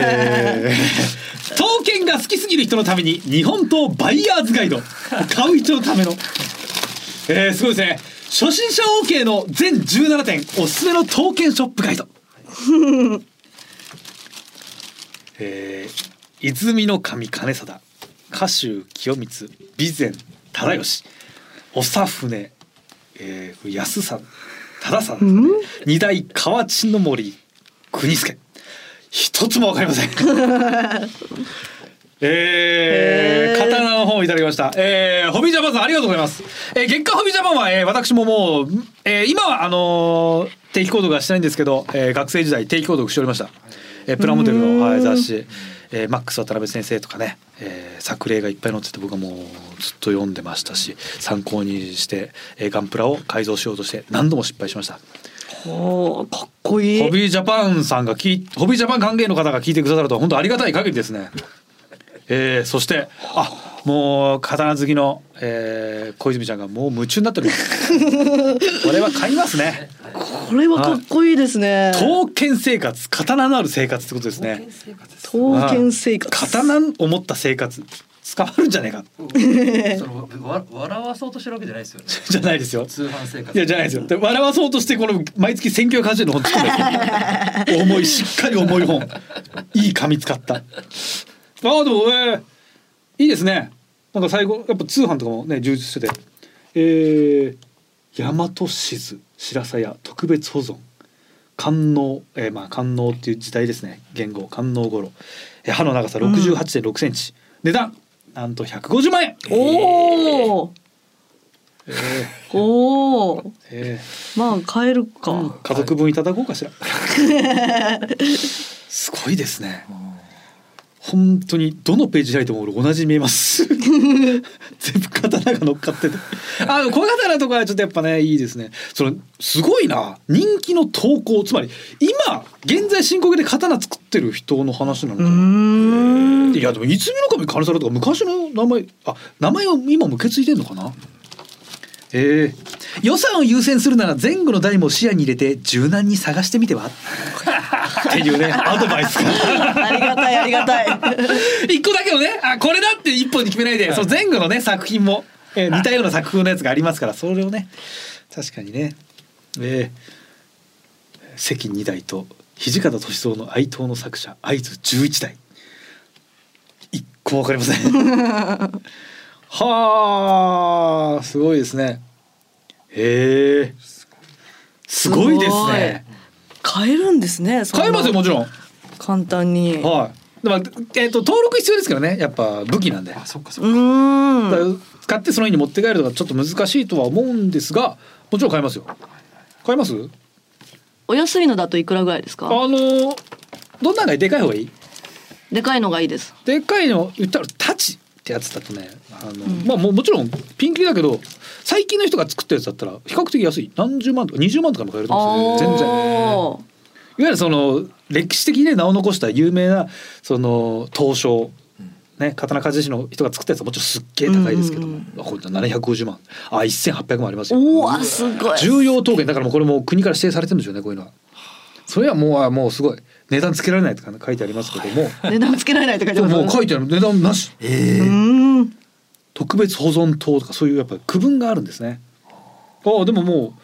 Speaker 2: えー刀剣が好きすぎる人のために日本刀バイヤーズガイド買う人のためのえー、すごいですね初心者 OK の全17点おすすめの刀剣ショップガイドえー、泉の神金貞歌集清光備前忠義長船、えー、これ安さん忠さんですね、二代河内の森国助一つもわかりま せんえー、
Speaker 3: へー
Speaker 2: 刀の本をいただきました、えー、ホビージャパンさんありがとうございます、えー、月刊ホビージャパンは、えー、私ももう、えー、今はあのー定期購読はしてないんですけど、えー、学生時代定期購読しておりました、えー、プラモデルの、はい、雑誌、えー、マックス渡辺先生とかね、えー、作例がいっぱい載ってて僕はもうずっと読んでましたし参考にして、えー、ガンプラを改造しようとして何度も失敗しました
Speaker 3: おーかっこいい
Speaker 2: ホビージャパンさんがきホビージャパン関係の方が聞いてくださるとは本当ありがたい限りです ね。えー、そしてあもう刀好きの、 えー、小泉ちゃんがもう夢中になっております。これは買いますね。
Speaker 3: これはかっこいいですね。
Speaker 2: 刀剣生活刀のある生活ってことですね
Speaker 4: 刀剣生活です
Speaker 3: 刀剣生活。
Speaker 2: 刀を持った生活捕まるんじゃねえか
Speaker 4: そのわ笑わそうとしてるわけじゃないですよ ね。
Speaker 2: じゃないですよ
Speaker 4: 通販生活。
Speaker 2: いやじゃないですよで笑わそうとしてこの毎月選挙感じるの本作んだけ重いしっかり重い本いい紙使ったあーでもえーいいですねなんか最後やっぱ通販とかもね充実しててえー、大和静白鞘特別保存官能、えー、まあ官能っていう時代ですね言語官能頃、えー、刃の長さ6 8 6センチ、値段なんと150万円
Speaker 3: おお。
Speaker 2: え
Speaker 3: おお。
Speaker 2: ーえー
Speaker 3: まあ買えるか。
Speaker 2: 家族分いただこうかしら。すごいですね。本当にどのページ開いても俺同じに見えます。全部刀が乗っかってて。あの小刀とかはちょっとやっぱねいいですね。そのすごいな人気の投稿つまり今現在進行形で刀作ってる人の話なのか
Speaker 3: うー
Speaker 2: な。
Speaker 3: ん。
Speaker 2: いやでも泉の神金沢とか昔の名前あ名前を今も受け継いでんのかなええ予算を優先するなら前後の代も視野に入れて柔軟に探してみてはっていうねアドバイスが
Speaker 3: ありがたいありがたい。
Speaker 2: 一個だけのねあこれだって一本に決めないでその前後のね作品も、えー似たような作風のやつがありますからそれをね確かにねええ関二代と土方歳三の哀悼の作者会津十一代一個わかりませ んはあすごいですねへえすごいですね
Speaker 3: 買えるんですね。そんな
Speaker 2: 買えますよもちろん
Speaker 3: 簡単に。う
Speaker 2: はいでもえっ、と登録必要ですけどねやっぱ武器なんで
Speaker 4: あ、そっかそっか。
Speaker 3: ーん。
Speaker 2: だから使ってその日に持って帰るとかちょっと難しいとは思うんですがもちろん買いますよ買います
Speaker 3: お安いのだといくらぐらいです
Speaker 2: あ
Speaker 3: か。
Speaker 2: のーどんなのがいいでかい方がいい
Speaker 3: でかいのがいいです。
Speaker 2: でっかいの言ったらタチってやつだとねあの、まあもうもちろんピンキリだけど最近の人が作ったやつだったら比較的安い何十万とか20万とかも買えると思うんですよね全然。
Speaker 3: あ
Speaker 2: いわゆるその歴史的にね名を残した有名なその刀匠ね、刀鍛冶師の人が作ったやつはもちろんすっげえ高いですけども、
Speaker 3: うん
Speaker 2: あこれ750万あ1800万あります
Speaker 3: ー
Speaker 2: よ
Speaker 3: おーあすごい。
Speaker 2: 重要統計だからもうこれもう国から指定されてるんでしょうねこういうのはそれはもうあもうすごい値段つけられないとか書いてありますけども
Speaker 3: 値段つけられないって書いて
Speaker 2: で
Speaker 3: あ
Speaker 2: も
Speaker 3: る。
Speaker 2: もう書いてある値段なし
Speaker 3: うーん。
Speaker 2: 特別保存等とかそういうやっぱ区分があるんですねああでもも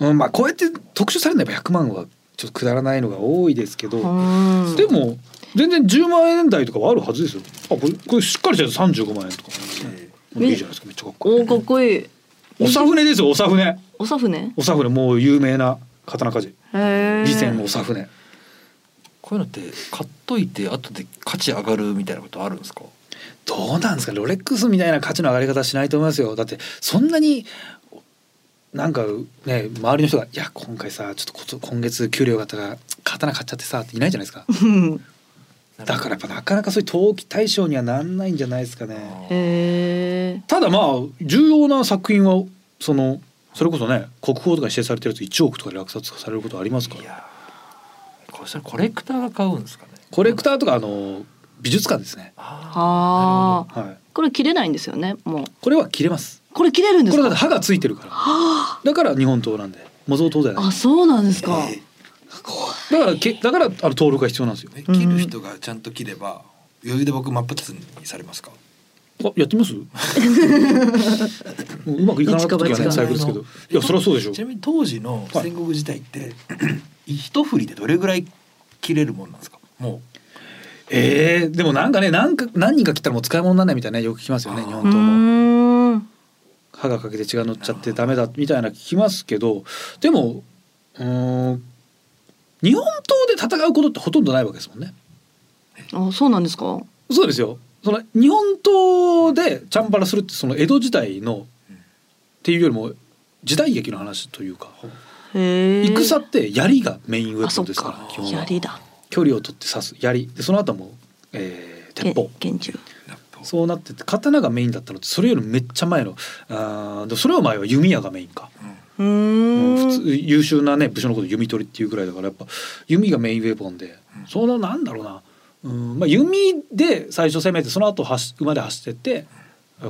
Speaker 2: う、うん、まあこうやって特集されるのはやっぱ100万はちょっとくだらないのが多いですけど、
Speaker 3: うん
Speaker 2: でも全然10万円台とかはあるはずですよあこれこれしっかりしたやつ35万円とか
Speaker 3: え
Speaker 2: いいじゃないですかめっちゃかっこい
Speaker 3: お
Speaker 2: い
Speaker 3: ーかっこいい。
Speaker 2: おさふねですよおさふね
Speaker 3: おさふね。
Speaker 2: おさふねもう有名な刀鍛
Speaker 3: へえ。
Speaker 2: 冶備前のおさふね
Speaker 4: こういうのって買っといて後で価値上がるみたいなことあるんですか。
Speaker 2: どうなんですかロレックスみたいな価値の上がり方しないと思いますよだってそんなになんかね周りの人が「いや今回さちょっとこと今月給料があったから刀買っちゃってさ」っていないじゃないですか
Speaker 3: うん。
Speaker 2: だからやっぱなかなかそういう投機対象にはなんないんじゃないですかね
Speaker 4: あー。
Speaker 3: へえ。
Speaker 2: ただまあ重要な作品はそのそれこそね国宝とかに指定されてると1億とかで落札されることありますか
Speaker 4: い
Speaker 2: ら
Speaker 4: やー。これそれコレクターが買うんですかね。
Speaker 2: コレクターとかあの美術館ですね
Speaker 4: あ
Speaker 3: ああ。
Speaker 2: はい
Speaker 3: これ切れないんですよね。もう。
Speaker 2: これは切れます
Speaker 3: これ切れるんで
Speaker 2: こ
Speaker 3: す
Speaker 2: れ
Speaker 3: か。
Speaker 2: だって歯がついてるからだから日本刀なんで模造刀じゃない
Speaker 3: あ、そうなんですか。
Speaker 2: だからけだからあの登録が必要なんですよ。
Speaker 5: え切る人がちゃんと切れば余裕で僕真っ二つにされますか
Speaker 2: あや ってみます？もううまくいかなかった時はね
Speaker 3: 一か八か
Speaker 2: 最悪ですけど。いやそりゃそうでしょ
Speaker 5: ち。なみに当時の戦国時代って、一振りでどれぐらい切れるもんなんですかも
Speaker 2: ええでもなんかねなんか何人か来たらもう使い物にならないみたいなねよく聞きますよね日本
Speaker 3: う
Speaker 2: 刀も
Speaker 3: ーん。
Speaker 2: 歯が欠けて血が乗っちゃってダメだみたいな聞きますけどでもうーん日本刀で戦うことってほとんどないわけですもんね。
Speaker 3: あ、そうなんですか。
Speaker 2: そうですよ。その日本刀でチャンバラするってその江戸時代のっていうよりも時代劇の話というか。
Speaker 3: へえ。
Speaker 2: 戦って槍がメインウ
Speaker 3: あ、
Speaker 2: ェ
Speaker 3: そ
Speaker 2: ポン
Speaker 3: っ
Speaker 2: ですから
Speaker 3: か
Speaker 2: 基。本は
Speaker 3: 槍だ。
Speaker 2: 距離を取って刺す槍でその後はもう、えー鉄砲
Speaker 3: け拳銃。
Speaker 5: うラップを
Speaker 2: そうなってて刀がメインだったのってそれよりめっちゃ前のあーでもそれより前は弓矢がメインか、
Speaker 3: うー
Speaker 2: 普
Speaker 3: ん。
Speaker 2: 通優秀なね武将のこと弓取りっていうぐらいだからやっぱ弓がメインウェポンで、そのなんだろうなうん、まあ、弓で最初攻めてその後走馬で走ってって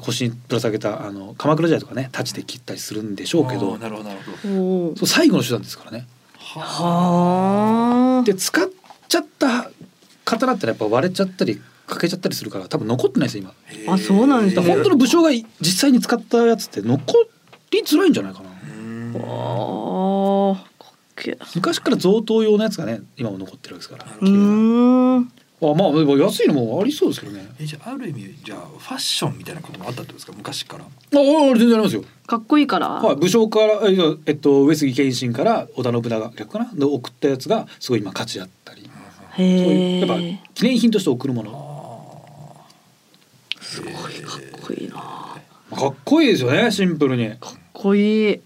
Speaker 2: 腰にぶら下げたあの鎌倉時代とかね太刀で切ったりするんでしょうけ
Speaker 5: あ
Speaker 2: ど
Speaker 5: ーなるほどなるほど
Speaker 3: おお
Speaker 2: そ。う最後の手段ですからね。
Speaker 3: はあ。
Speaker 2: で使っちゃった刀ってのはやっぱ割れちゃったり欠けちゃったりするから多分残ってないですよ今。
Speaker 3: あそうなんです
Speaker 2: だ
Speaker 3: ね
Speaker 2: から本当の武将がい実際に使ったやつって残りづらいんじゃないかな。
Speaker 3: あーかっけえ
Speaker 2: 昔から贈答用のやつがね今も残ってるわけですから。
Speaker 3: うーん。
Speaker 2: あまあでも安いのもありそうですけどね。
Speaker 5: えじゃあある意味じゃあファッションみたいなこともあったってことですか昔から
Speaker 2: ああ全然ありますよ。
Speaker 3: かっこいいから。
Speaker 2: はい、武将からえーえっと上杉謙信から織田信長逆かなで送ったやつがすごい今価値あったり、そうい
Speaker 3: へ
Speaker 2: うやっ
Speaker 3: え。
Speaker 2: ぱ記念品として贈るもの。
Speaker 5: すごい
Speaker 3: かっこいいな。か
Speaker 2: かっこいいですよねシンプルにあ
Speaker 3: っこいい。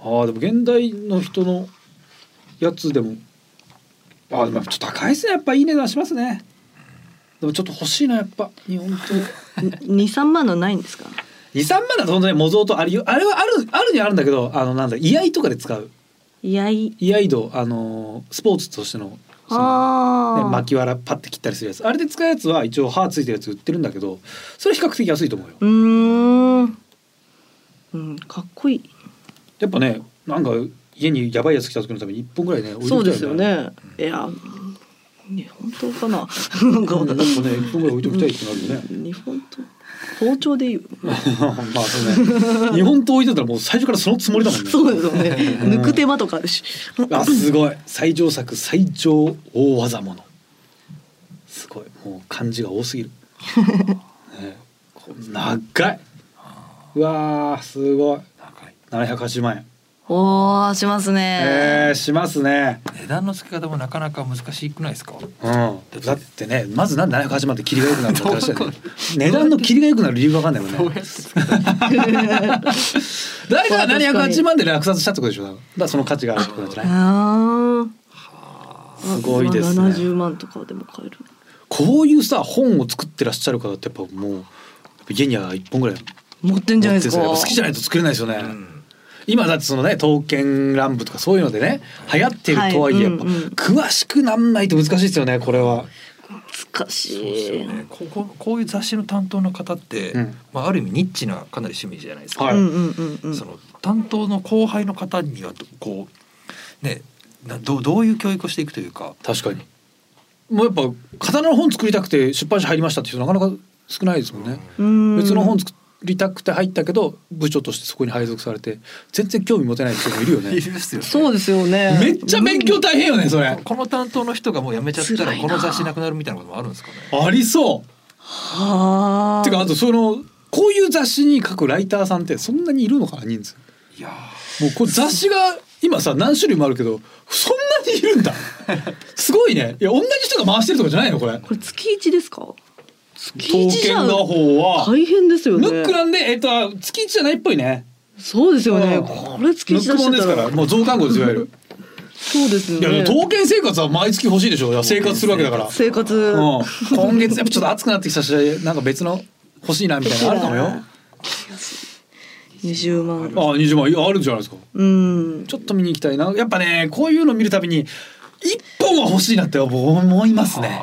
Speaker 2: あでも現代の人のやつでもああでもちょっと高いですねやっぱいい値段しますねでもちょっと欲しいなやっぱ日本 刀
Speaker 3: 二三万のないんですか。
Speaker 2: 23万だと本当に模造とありあれはあるあるにはあるんだけどあのなんだ居合とかで使う
Speaker 3: いやい。
Speaker 2: 居合道あのスポーツとしてのその、
Speaker 3: あ
Speaker 2: ね、
Speaker 3: あ。
Speaker 2: 巻きわらパッて切ったりするやつあれで使うやつは一応刃ついてるやつ売ってるんだけどそれ比較的安いと思うよ
Speaker 3: うーん。うん、かっこいい。
Speaker 2: やっぱねなんか家にやばいやつ来た時のために一本ぐらいね置いて
Speaker 3: そ
Speaker 2: お
Speaker 3: う
Speaker 2: きたい
Speaker 3: ですよね。いや。ね、本当か な。なんか
Speaker 2: うんやっぱね、一本ぐらい置いておきたいってなるよね。
Speaker 3: 日本刀。包丁で言う。
Speaker 2: まあ、そうね。日本刀置いてたら、もう最初からそのつもりだもんね。
Speaker 3: そうですよね。
Speaker 2: うん
Speaker 3: 抜く手間とかあるし。
Speaker 2: あ、すごい。最上作、最上大技者。すごい。もう漢字が多 すぎる。ね、こう長い。うわー、すごい。
Speaker 5: 高い
Speaker 2: 七百八十万円。
Speaker 3: おお、します
Speaker 2: え
Speaker 3: ね
Speaker 2: ー、。しますね。
Speaker 4: 値段の付け方もなかなか難しくないですか。
Speaker 2: うん。だってね、まずなんで七百八十万って切りが良くなるのかって話だよ ね。値段の切りが良くなる理由がわかんないもんね。誰かが708万で落札したってことでしょだからその価値があるってことなんじゃない
Speaker 3: ああ。
Speaker 2: すごいです
Speaker 3: 七十
Speaker 2: ね
Speaker 3: 万とかでも買える。
Speaker 2: こういうさ本を作ってらっしゃる方ってやっぱもうやっぱ家には一本ぐらい
Speaker 3: 持ってんじゃないですか。
Speaker 2: 持ってるんよやっぱ好きじゃないと作れないですよね、今だってそのね刀剣乱舞とかそういうのでね流行ってるとはいえ
Speaker 3: は
Speaker 2: や
Speaker 3: い
Speaker 2: っぱ
Speaker 3: うんうん
Speaker 2: 詳しくなんないと難しいですよねこれは。
Speaker 3: 難しい。
Speaker 4: こここういう雑誌の担当の方って、
Speaker 2: うん
Speaker 4: まあある意味ニッチなかなり趣味じゃないですか。
Speaker 2: は
Speaker 3: う
Speaker 2: い
Speaker 3: んうんうんうん。
Speaker 4: その担当の後輩の方にはどこうねなどうどういう教育をしていくというか。
Speaker 2: 確かにもうやっぱ刀の本作りたくて出版社入りましたっていう人なかなか少ないですもんね。別
Speaker 3: 別
Speaker 2: の本作りたくて入ったけど部長としてそこに配属されて全然興味持てない人もいるよね。
Speaker 4: ですよね
Speaker 3: そうですよね。
Speaker 2: めっちゃ勉強大変よねそれ。
Speaker 4: この担当の人がもう辞めちゃった
Speaker 3: 辛
Speaker 4: ら
Speaker 3: いな
Speaker 4: この雑誌なくなるみたいなこともあるんですかね。
Speaker 2: ありそう。
Speaker 3: はあ。
Speaker 2: てかあとそのこういう雑誌に書くライターさんってそんなにいるのかな人数。
Speaker 5: いや
Speaker 2: もうこれ雑誌が今さ何種類もあるけどそんなにいるんだ。すごいね。いや同じ人が回してるとかじゃないのこれ。
Speaker 3: これ月一ですか。月
Speaker 2: 刀
Speaker 3: 一じ
Speaker 2: 剣
Speaker 3: ゃ
Speaker 2: 画法は。
Speaker 3: 大変ですよ
Speaker 2: ムック
Speaker 3: ね。
Speaker 2: なんでえっとあ月一じゃないっぽいね。
Speaker 3: そうですよね。
Speaker 2: うん
Speaker 3: これ月
Speaker 2: ム
Speaker 3: 一
Speaker 2: ッ
Speaker 3: 出
Speaker 2: ク
Speaker 3: し
Speaker 2: 本
Speaker 3: て
Speaker 2: で
Speaker 3: た
Speaker 2: すからら。もう増刊号ですいわゆる。
Speaker 3: そうですよ
Speaker 2: いやでも
Speaker 3: ね。
Speaker 2: 刀剣生活は毎月欲しいでしょ。いや生活するわけだから。
Speaker 3: 生活。
Speaker 2: うん、今月やっぱちょっと暑くなってきたしなんか別の欲しいなみたいなのあるかもよ
Speaker 3: 二十
Speaker 2: あ
Speaker 3: 万。
Speaker 2: あ20万いやあるんじゃないですか
Speaker 3: うん。
Speaker 2: ちょっと見に行きたいなやっぱねこういうの見るたびに一本は欲しいなって思いますね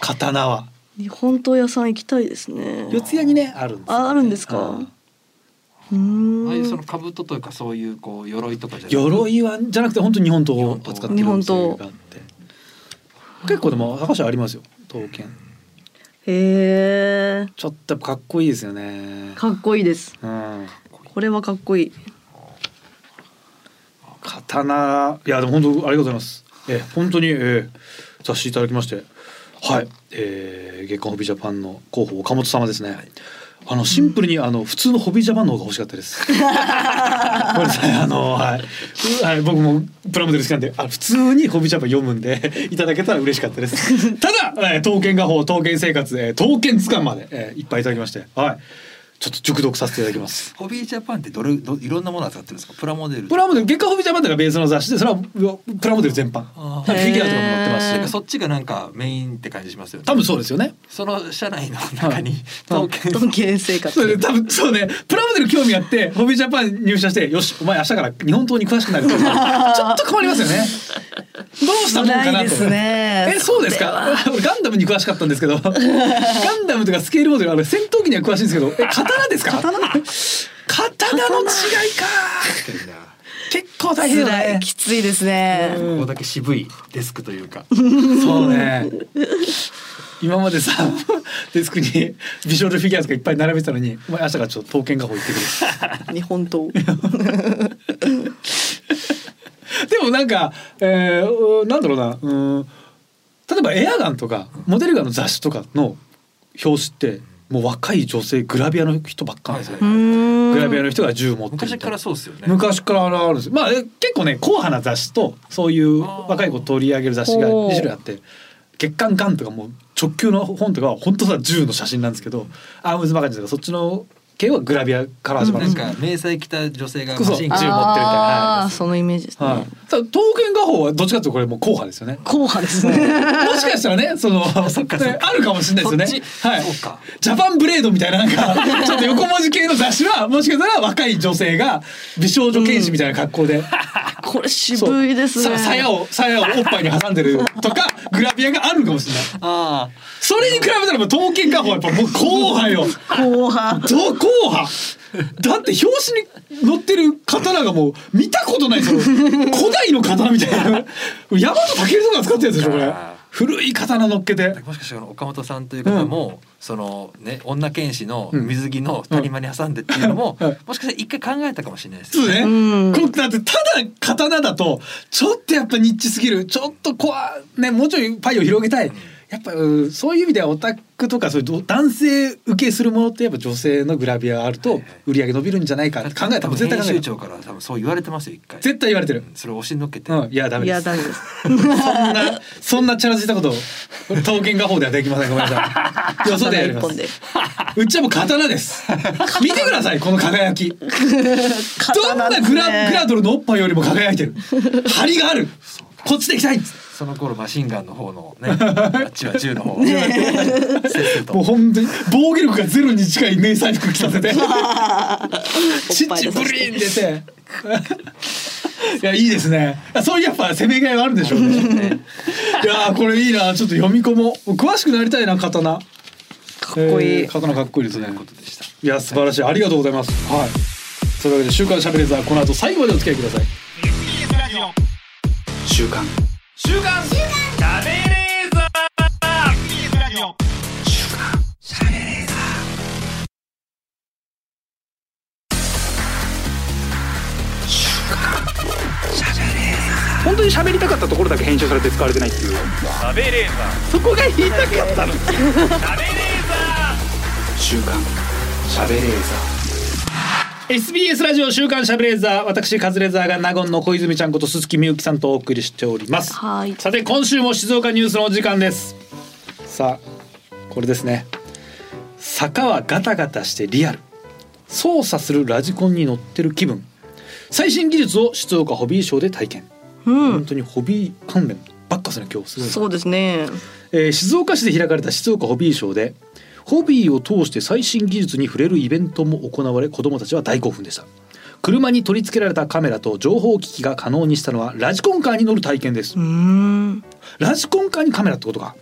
Speaker 2: 刀は
Speaker 3: 日本刀屋さん行きたいですね。
Speaker 2: 四谷にねあるんですよ
Speaker 3: ああるんですか
Speaker 2: うん
Speaker 3: う
Speaker 4: ああいうそ
Speaker 3: ん
Speaker 4: の。兜というかそういうこう鎧とかじゃなくて
Speaker 2: 鎧はじゃなくて本当に日本刀を使ってるお店があって結構でも高橋ありますよ刀剣
Speaker 3: へえ。
Speaker 2: ちょっとやっぱかっこいいですよね
Speaker 3: かっこいいです。
Speaker 2: うん
Speaker 3: これはかっこいい。
Speaker 2: 刀いやでも本当ありがとうございます。えー本当に、えー雑誌いただきまして、はい、えー月刊ホビージャパンの広報岡本様ですね。あのシンプルにあの普通のホビージャパンの方が欲しかったです。ごめんなさいあのはい、うはい僕もプラモデル好きなんで、あ普通にホビージャパン読むんで いただけたら嬉しかったです。ただ、えー刀剣画法、刀剣生活、えー刀剣図鑑まで、えーいっぱいいただきまして、はい、ちょっと熟読させていただきます。
Speaker 5: ホビージャパンってどれどいろんなもの扱ってるんですかプラモデル
Speaker 2: プラモデル月刊ホビージャパンとかベースの雑誌でそれはプラモデル全般
Speaker 4: あ
Speaker 2: フ
Speaker 4: ー
Speaker 2: ィギュアとかも載ってます
Speaker 4: な
Speaker 2: し
Speaker 4: んかそっちがなんかメインって感じしますよね
Speaker 2: 多分そうですよね
Speaker 4: その社内の中に
Speaker 2: は
Speaker 4: 刀
Speaker 2: い
Speaker 4: 剣
Speaker 3: 刀剣生
Speaker 2: それ
Speaker 3: 活。
Speaker 2: で多分そうねプラモデル興味あってホビージャパン入社してよしお前明日から日本刀に詳しくなるって言う からちょっと困りますよねどうしたもんかなと
Speaker 3: ないですね
Speaker 2: えそうですか俺ガンダムに詳しかったんですけどガンダムとかスケールモデルあれ戦闘機には詳しいんですけどえ刀ですか刀の違いか結構大変だ
Speaker 3: 辛
Speaker 2: ね
Speaker 3: いきついですね。
Speaker 4: ここだけ渋いデスクというか
Speaker 2: そうね。今までさ、 デスクにビジュアルフィギュアとかいっぱい並べてたのに、お前明日からちょっと刀剣画法行ってく
Speaker 3: 日本刀。
Speaker 2: る。でもなんか、えー、なんだろうな、うん、例えばエアガンとかモデルガンの雑誌とかの表紙って、もう若い女性グラビアの人ばっかなんですよ。
Speaker 4: は
Speaker 2: グ
Speaker 3: グ
Speaker 2: ラビアの人が銃持ってるみたいな
Speaker 4: 昔からそうですよね
Speaker 2: 昔からあるんですまあえ結構ね硬派な雑誌とそういう若い子を取り上げる雑誌が
Speaker 3: ほう
Speaker 2: 2種類あって月刊ガンとかもう直球の本とかは本当さ銃の写真なんですけどアームズマガジンとかそっちの系はグラビアから始まる
Speaker 4: なんん
Speaker 2: ですけど、
Speaker 4: か迷彩着た女性がマ
Speaker 2: そう
Speaker 4: シ
Speaker 2: 銃
Speaker 4: ン
Speaker 2: 持
Speaker 4: ガ
Speaker 2: ってるみたい
Speaker 4: ン
Speaker 2: な
Speaker 3: あ
Speaker 2: は
Speaker 3: あ、
Speaker 2: い
Speaker 3: そのイメージです
Speaker 2: はい
Speaker 3: ね。
Speaker 2: ただ刀剣画法はどっちかというとこれもう硬派ですよ ね。
Speaker 3: 硬派ですね。
Speaker 2: もしかしたらね、その、
Speaker 4: そっかそっか
Speaker 2: ねあるかもしれないですよね
Speaker 4: そっ。ち
Speaker 2: はい。
Speaker 4: そうか
Speaker 2: ジャパンブレードみたいな、なんか、ちょっと横文字系の雑誌は、もしかしたら若い女性が美少女剣士みたいな格好で。
Speaker 3: こ
Speaker 2: そう
Speaker 3: れ渋いですね。
Speaker 2: さ鞘を鞘をおっぱいに挟んでるとかグラビアがあるかもしれない
Speaker 4: あ
Speaker 2: それに比べたらもう刀剣家法はやっぱもう硬派よ
Speaker 3: 後半。
Speaker 2: ど硬派だって表紙に載ってる刀がもう見たことないその古代の刀みたいな大和武尊が使ってるやつでしょこれ
Speaker 4: あー
Speaker 2: 古い刀乗っけて
Speaker 4: あもしかしたら岡本さんという方も、そのね女剣士の水着の谷間に挟んでっていうのも、
Speaker 2: うん
Speaker 4: もしかしたら一回考えたかもしれないです
Speaker 2: そ
Speaker 4: よ
Speaker 2: う
Speaker 4: ね
Speaker 2: ね、
Speaker 3: うん
Speaker 2: こだってただ刀だとちょっとやっぱニッチすぎるちょっとこわねもうちょいパイを広げたい、やっぱうんそういう意味ではオタクとかそういうど男性受けするものってやっぱ女性のグラビアあると売り上げ伸びるんじゃないかって考えたら絶対考
Speaker 4: 編
Speaker 2: え
Speaker 4: 集
Speaker 2: た
Speaker 4: 長から多分そう言われてますよ一回
Speaker 2: 絶対言われてる
Speaker 4: う、んそれを押しのっけて、
Speaker 2: うん、いやダメ
Speaker 3: い
Speaker 2: で
Speaker 3: や、
Speaker 2: す
Speaker 3: ダメです。
Speaker 2: そんなそんなチャラついたこと刀剣画法ではできませんごめんなさいよそでやりま
Speaker 3: 刀一本
Speaker 2: す
Speaker 3: で
Speaker 2: うちはもう刀です見てくださいこの輝きどんなグラ,、グラドルのおっぱいよりも輝いてる張りがあるこっちで行きたいっつって
Speaker 4: その頃マシンガンの方の ねあっちは銃の方 せっせと
Speaker 2: もう本当に防御力がゼロに近い迷彩服着させてチッチブリーン出ていやいいですねあそういうやっぱ攻めがいはあるんでしょうね いやーこれいいなちょっと読み込もう詳しくなりたいな刀
Speaker 3: かっこい
Speaker 2: え
Speaker 3: い
Speaker 2: ー。刀かっこいいですね
Speaker 4: ということでした
Speaker 2: いや素晴らしいありがとうございますはいというわけで「週刊しゃべれーザー」この後最後までお付き合いください
Speaker 1: 週刊本当に喋りたかったところだけ編集されて使われてないっていうそこが言いたかったの週刊しゃべれーザー
Speaker 2: SBS ラジオ週刊シャブレーザー私カズレーザーが納言の小泉ちゃんこと鈴木みゆきさんとお送りしております
Speaker 3: はい
Speaker 2: さて今週も静岡ニュースのお時間ですさあこれですね坂はガタガタしてリアル操作するラジコンに乗ってる気分最新技術を静岡ホビーショーで体験、
Speaker 3: うん
Speaker 2: 本。当にホビー関連ばっかですね今日すごいな
Speaker 3: そうですね。
Speaker 2: えー静岡市で開かれた静岡ホビーショーでホビーを通して最新技術に触れるイベントも行われ子どもたちは大興奮でした車に取り付けられたカメラと情報機器が可能にしたのはラジコンカーに乗る体験です
Speaker 3: うーん。
Speaker 2: ラジコンカーにカメラってことか。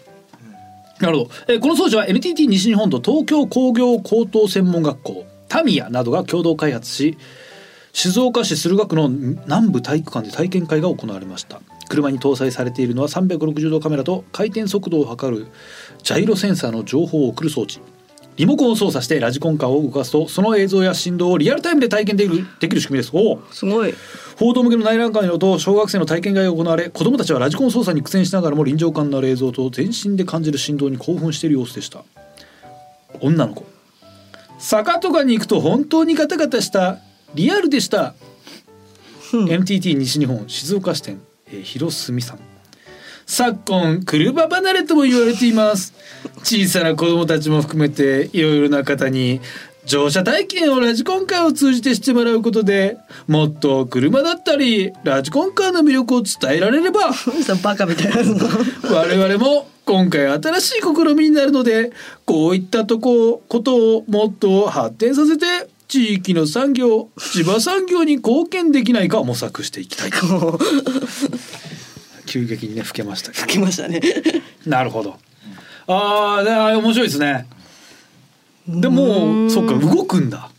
Speaker 2: なるほど、えーこの装置は NTT 西日本と東京工業高等専門学校タミヤなどが共同開発し静岡市駿河区の南部体育館で体験会が行われました車に搭載されているのは360度カメラと回転速度を測るジャイロセンサーの情報を送る装置リモコンを操作してラジコンカーを動かすとその映像や振動をリアルタイムで体験できるできる仕組みですおお
Speaker 3: すごい。
Speaker 2: 報道向けの内覧会のと小学生の体験会が行われ子どもたちはラジコン操作に苦戦しながらも臨場感のある映像と全身で感じる振動に興奮している様子でした女の子坂とかに行くと本当にガタガタしたリアルでした、
Speaker 3: うん
Speaker 2: NTT 西日本静岡支店、えー、広住さん昨今車離れとも言われています小さな子供たちも含めていろいろな方に乗車体験をラジコンカーを通じてしてもらうことでもっと車だったりラジコンカーの魅力を伝えられれ ば
Speaker 3: さんバカみたいな。
Speaker 2: 我々も今回新しい試みになるのでこういったとこことをもっと発展させて地域の産業千葉産業に貢献できないか模索していきたいと急激にね老けましたけど
Speaker 3: 来ましたね。
Speaker 2: なるほど あーであー面白いですねでもうそっか動くんだ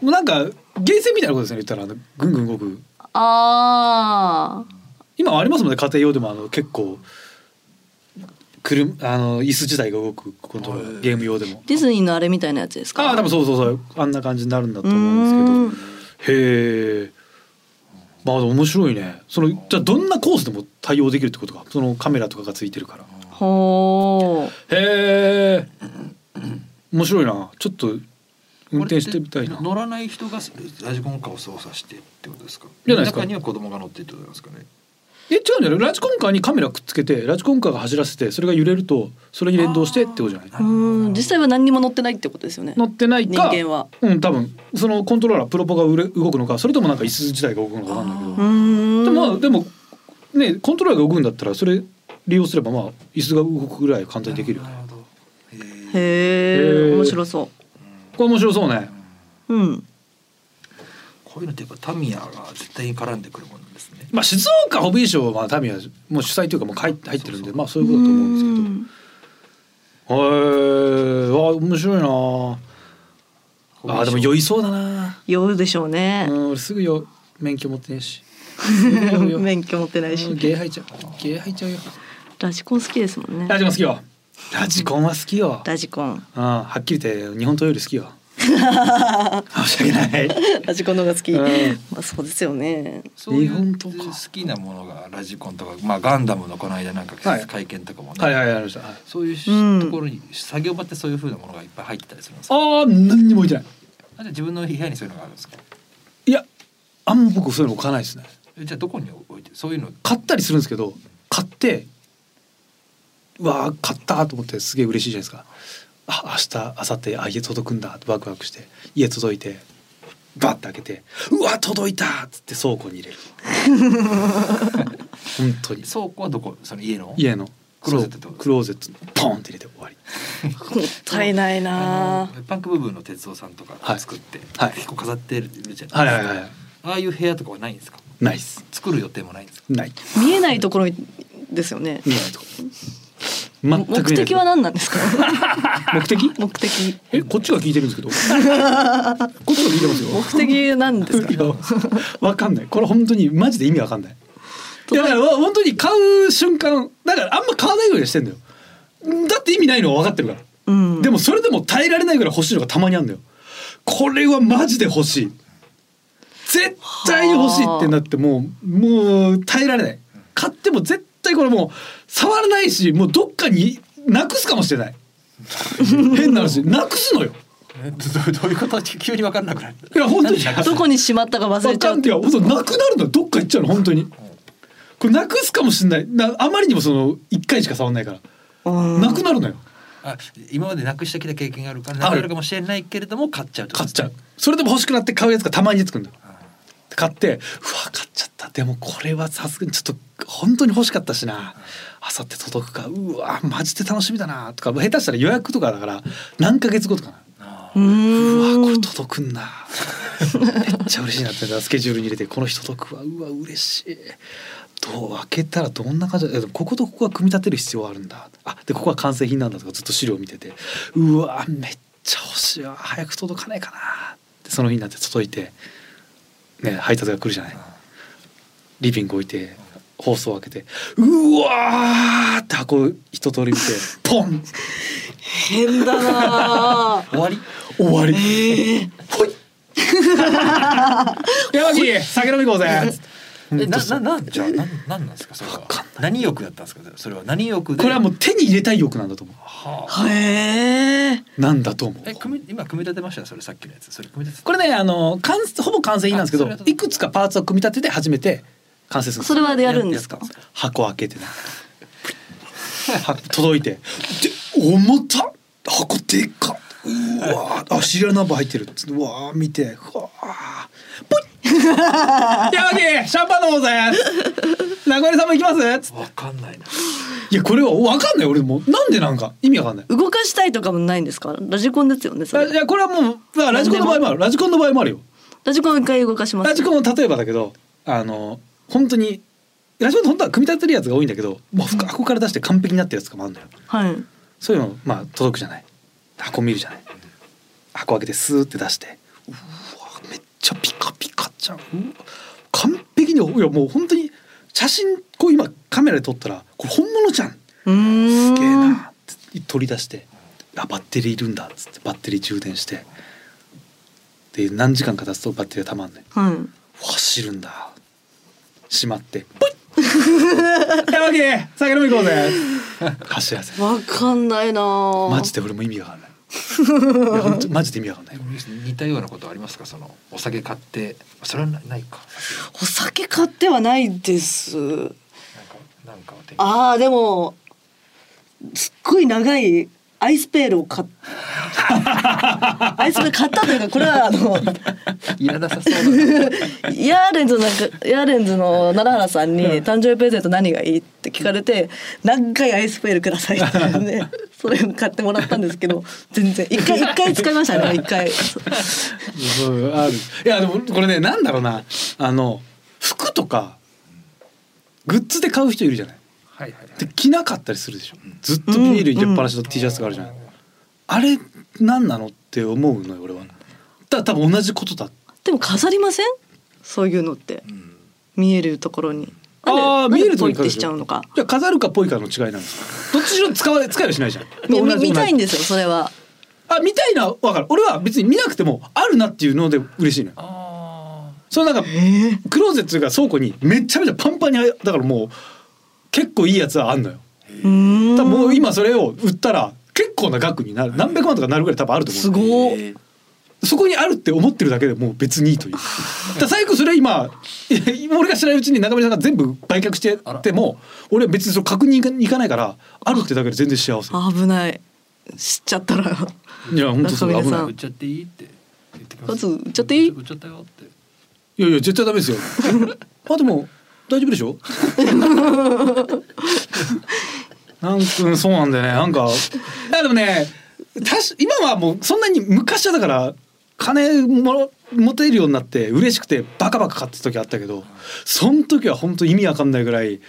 Speaker 2: もうなんか厳選みたいなことですね言ったらあのぐんぐん動く
Speaker 3: あー
Speaker 2: 今はありますもんね家庭用でもあの結構車あの椅子自体が動くコントローラーゲーム用でも
Speaker 3: ディズニーのあれみたいなやつですか
Speaker 2: ああ多分そうそうそうあんな感じになるんだと思うんですけどへえまあでも面白いねそのじゃあどんなコースでも対応できるってことかそのカメラとかがついてるから
Speaker 3: ほ
Speaker 2: へえ面白いなちょっと運転してみたい
Speaker 5: これ
Speaker 2: な
Speaker 5: って乗らない人がラジコンカーを操作してってことですか
Speaker 2: じゃないですか
Speaker 5: 中には子供が乗ってってことなんですかね
Speaker 2: え違うんだよラジコンカーにカメラくっつけてラジコンカーが走らせてそれが揺れるとそれに連動してってことじゃないう
Speaker 3: うん実際は何にも乗ってないってことですよね
Speaker 2: 乗ってないか
Speaker 3: 人間は
Speaker 2: うん多分そのコントローラープロポがうれ動くのかそれともなんか椅子自体が動くのかわかんないけど
Speaker 3: うーん
Speaker 2: でもまあでもねコントローラーが動くんだったらそれ利用すればまあ椅子が動くぐらい簡単にできるよね。
Speaker 5: ほどへー
Speaker 3: へ
Speaker 2: へ
Speaker 3: え
Speaker 2: ー
Speaker 3: 面白そ
Speaker 2: これ面白そうね。
Speaker 3: ううん
Speaker 5: こういうのってやっぱタミヤが絶対に絡んでくるものですね
Speaker 2: まあ静岡ホビー賞はまあタミヤもう主催というかもう入って入ってるんでまあそういうことだと思うんですけど。へえわあ面白いなあ。あでも酔いそうだな。
Speaker 3: 酔うでしょうね
Speaker 2: う、ん俺すぐよ免許持ってねえ し。
Speaker 3: 免許持ってないし
Speaker 2: うんゲー入っちゃう。ゲー入っちゃうよ。
Speaker 3: ラジコン好きですもんね
Speaker 2: ラジコン好きよ。ラジコンは好きよ。
Speaker 3: ラジコン
Speaker 2: うんはっきり言って日本刀より好き よ。申し訳ない。
Speaker 3: ラジコンの方が好き、
Speaker 2: うん
Speaker 3: まあそうですよね
Speaker 5: そうい
Speaker 2: 日本
Speaker 5: う
Speaker 2: と
Speaker 5: 好
Speaker 2: か
Speaker 5: きなものがラジコンとか、まあ、ガンダムのこの間なんか
Speaker 2: はい
Speaker 5: 会見とかもね、
Speaker 2: はいはいありました。はい
Speaker 5: そういうし
Speaker 3: うん
Speaker 5: ところに作業場ってそういう風なものがいっぱい入ってたりするんですか
Speaker 2: ああ何にも置いてな
Speaker 5: あ
Speaker 2: い
Speaker 5: じゃあ自分の部屋にそういうのがあるんですか
Speaker 2: いやあんま僕そういうの置かないですね
Speaker 5: えじゃあどこに置いてそういうの
Speaker 2: 買ったりするんですけど買ってうわあ買ったと思ってすげえ嬉しいじゃないですかあ明日明後日あ家届くんだってワクワクして家届いてバッて開けてうわ届いたっつって倉庫に入れる本当に
Speaker 5: 倉庫はどこその家の
Speaker 2: 家の
Speaker 5: クローゼットってこと
Speaker 2: クローゼットにポンって入れて終わり
Speaker 3: もったいないな
Speaker 5: あのパンク部分の鉄道さんとか
Speaker 2: はい
Speaker 5: 作って、
Speaker 2: はい
Speaker 5: 結構飾ってるじゃないですか、
Speaker 2: はいはいはいはい
Speaker 5: ああいう部屋とかはないんですか
Speaker 2: ナイス
Speaker 5: 作る予定もないんですか
Speaker 2: ない
Speaker 3: 見えないところにですよね
Speaker 2: 見えないとこ全く見えない
Speaker 3: 目的は何なんですか
Speaker 2: 目的
Speaker 3: 目的
Speaker 2: えこっちが聞いてるんですけどこっちが聞いてますよ
Speaker 3: 目的なんです か
Speaker 2: いやわかんないこれ本当にマジで意味わかんないいやだからわ本当に買う瞬間だからあんま買わないようにしてんだよだって意味ないのは分かってるから、
Speaker 3: うん
Speaker 2: でもそれでも耐えられないぐらい欲しいのがたまにあるんだよこれはマジで欲しい絶対に欲しいってなってもうもう耐えられない買っても絶対これもう触らないしもうどっかになくすかもしれ ない変な話なくすのよ
Speaker 5: えど どういうこと急に分かんなくなる
Speaker 2: いや本当に
Speaker 3: どこにしまったか忘れ
Speaker 2: わ
Speaker 3: ちゃ
Speaker 2: か
Speaker 3: うん
Speaker 2: ないよそうなくなるのどっか行っちゃうの本当にこれなくすかもしれないなあまりにもその一回しか触んないから、
Speaker 3: うん
Speaker 2: なくなるのよ
Speaker 5: あ今までなくしてきた経験があるから
Speaker 2: る
Speaker 5: なくなるかもしれないけれども買っちゃうってこ
Speaker 2: 買
Speaker 5: と
Speaker 2: っちゃうそれでも欲しくなって買うやつがたまに出てくるんだよ
Speaker 5: あ
Speaker 2: 買ってうわ買っちゃったでもこれはさすがにちょっと本当に欲しかったしなあさって届くかうわマジで楽しみだなとか下手したら予約とかだから何ヶ月後とかな
Speaker 5: あ
Speaker 3: う
Speaker 2: うわ
Speaker 3: ーん
Speaker 2: これ届くんだめっちゃ嬉しいなってスケジュールに入れてこの人届くわうわ嬉しいどう開けたらどんな感じだえでもこことここは組み立てる必要あるんだあでここは完成品なんだとかずっと資料見ててうわめっちゃ欲しいわ早く届かないかなでその日になって届いて、ね、配達が来るじゃないリビング置いて放送開けてうわーって箱一通り見てポン
Speaker 3: 変だな
Speaker 5: 終わり
Speaker 2: 終わり。ほい。 山木、酒飲み行こうぜ。
Speaker 5: えなななんじゃあなんなんなんですかそれは何欲だったんですかそれは何欲で
Speaker 2: これはもう手に入れたい欲なんだと思
Speaker 5: はあ
Speaker 3: へえ
Speaker 2: う。なんだと思う。
Speaker 5: え組み今組み立てましたそれさっきのやつそれ組み立て
Speaker 2: これね、あの、完成ほぼ完成品なんですけ
Speaker 5: あ
Speaker 2: ど
Speaker 5: それ、はい
Speaker 2: くつかパーツを組み立てて初めて完成するんです
Speaker 3: それはでやるんですか
Speaker 5: やって
Speaker 2: 箱開けてな。は届いて。で、重たっ箱でっかっうわーあ、シリアルナンバー入ってる。つってうわー見て。うわあ。ぽい。 山木、シャンパン飲もうぜ。名古屋さんも行きます。つって
Speaker 5: わかんないない
Speaker 2: やこれはわかんない俺もなんでなんか意味わかんない
Speaker 3: 動かしたいとかもないんですかラジコンですよねそ
Speaker 2: あ
Speaker 3: れ
Speaker 2: いやこれはもうだからラジコンの場合もあるラジコンの場合もあるよ
Speaker 3: ラジコンを一回動かします
Speaker 2: ラジコンは例えばだけどあの本当にラジコンって本当は組み立てるやつが多いんだけどもう深箱から出して完璧になってるやつとかもあるんだよ
Speaker 3: はい
Speaker 2: そういうのまあ届くじゃない箱見るじゃない箱開けてスーって出してうわめっちちゃピカピカじゃんうわ完璧にいやもう本当に写真こう今カメラで撮ったらこれ本物じゃん
Speaker 3: うーん
Speaker 2: すげえなつって取り出してあバッテリーいるんだっつってバッテリー充電してで何時間か経つとバッテリーがたまんねん
Speaker 3: はい
Speaker 2: 走るんだしまってポイッ山木酒飲み行こうぜ走らせる
Speaker 3: わかんないなぁ
Speaker 2: マジで俺も意味がわかんないいや本当マジで意味がわかんない
Speaker 4: 似たようなことありますかそのお酒買ってそれはなないか
Speaker 3: お酒買ってはないです
Speaker 4: なんかなんかを手に
Speaker 3: ああでもすっごい長いアイスペールを 買っアイスペール買ったというかこれはあの
Speaker 4: いらなさそうだな
Speaker 3: ヤーレンズの中ヤーレンズの奈良原さんに誕生日プレゼント何がいいって聞かれて長いアイスペールくださいって言うんで それを買ってもらったんですけど全然一回一回使いましたね一回
Speaker 2: うんあるいやでもこれねなんだろうなあの服とかグッズで買う人いるじゃない
Speaker 4: はいはいはい
Speaker 2: で着なかったりするでしょずっとビニールに入れっぱなしの T シャツがあるじゃない、あれなんなのって思うのよ俺はただ多分同じことだ
Speaker 3: でも飾りませんそういうのって見えるところに
Speaker 2: ああ
Speaker 3: なんで
Speaker 2: 見える
Speaker 3: なん
Speaker 2: とこ
Speaker 3: でポイ
Speaker 2: に
Speaker 3: ってしちゃうのか
Speaker 2: じゃあ飾るかポイかの違いなんですよどっちにしろ使わ使いはしないじゃん
Speaker 3: み
Speaker 2: 同じ
Speaker 3: 見たいん
Speaker 2: 同じ
Speaker 3: ですよそれは
Speaker 2: あ見たいのは分かる俺は別に見なくてもあるなっていうので嬉しいのよ
Speaker 4: あ
Speaker 2: そのなんかクローゼットが倉庫にめちゃめちゃパンパンにあだからもう結構いいやつはあんのよ
Speaker 3: うん
Speaker 2: 多分もう今それを売ったら結構な額になる何百万とかなるぐらい多分あると思う
Speaker 3: すごい
Speaker 5: えー
Speaker 2: そこにあるって思ってるだけでもう別にいいという。だから最悪それは今 いや俺が知らないうちに中村さんが全部売却してても俺は別にそれ確認に行かないからあるってだけで全然幸せ。
Speaker 3: 危ない知っちゃったら
Speaker 2: いや本当そう
Speaker 3: 中
Speaker 2: 危な
Speaker 3: 村さ
Speaker 2: い
Speaker 3: ん。
Speaker 4: 売っちゃっていいって言ってき
Speaker 3: ま
Speaker 4: ます
Speaker 3: ず売っちゃっていい
Speaker 4: 売っちゃったよって
Speaker 2: いやいや絶対ダメですよ。 あでも大丈夫でしょ。 なんかうんそうなんだよねなんか。いやでもねたし今はもうそんなに昔はだから金もろ持てるようになって嬉しくてバカバカ買ってた時あったけど、その時は本当意味わかんないぐらい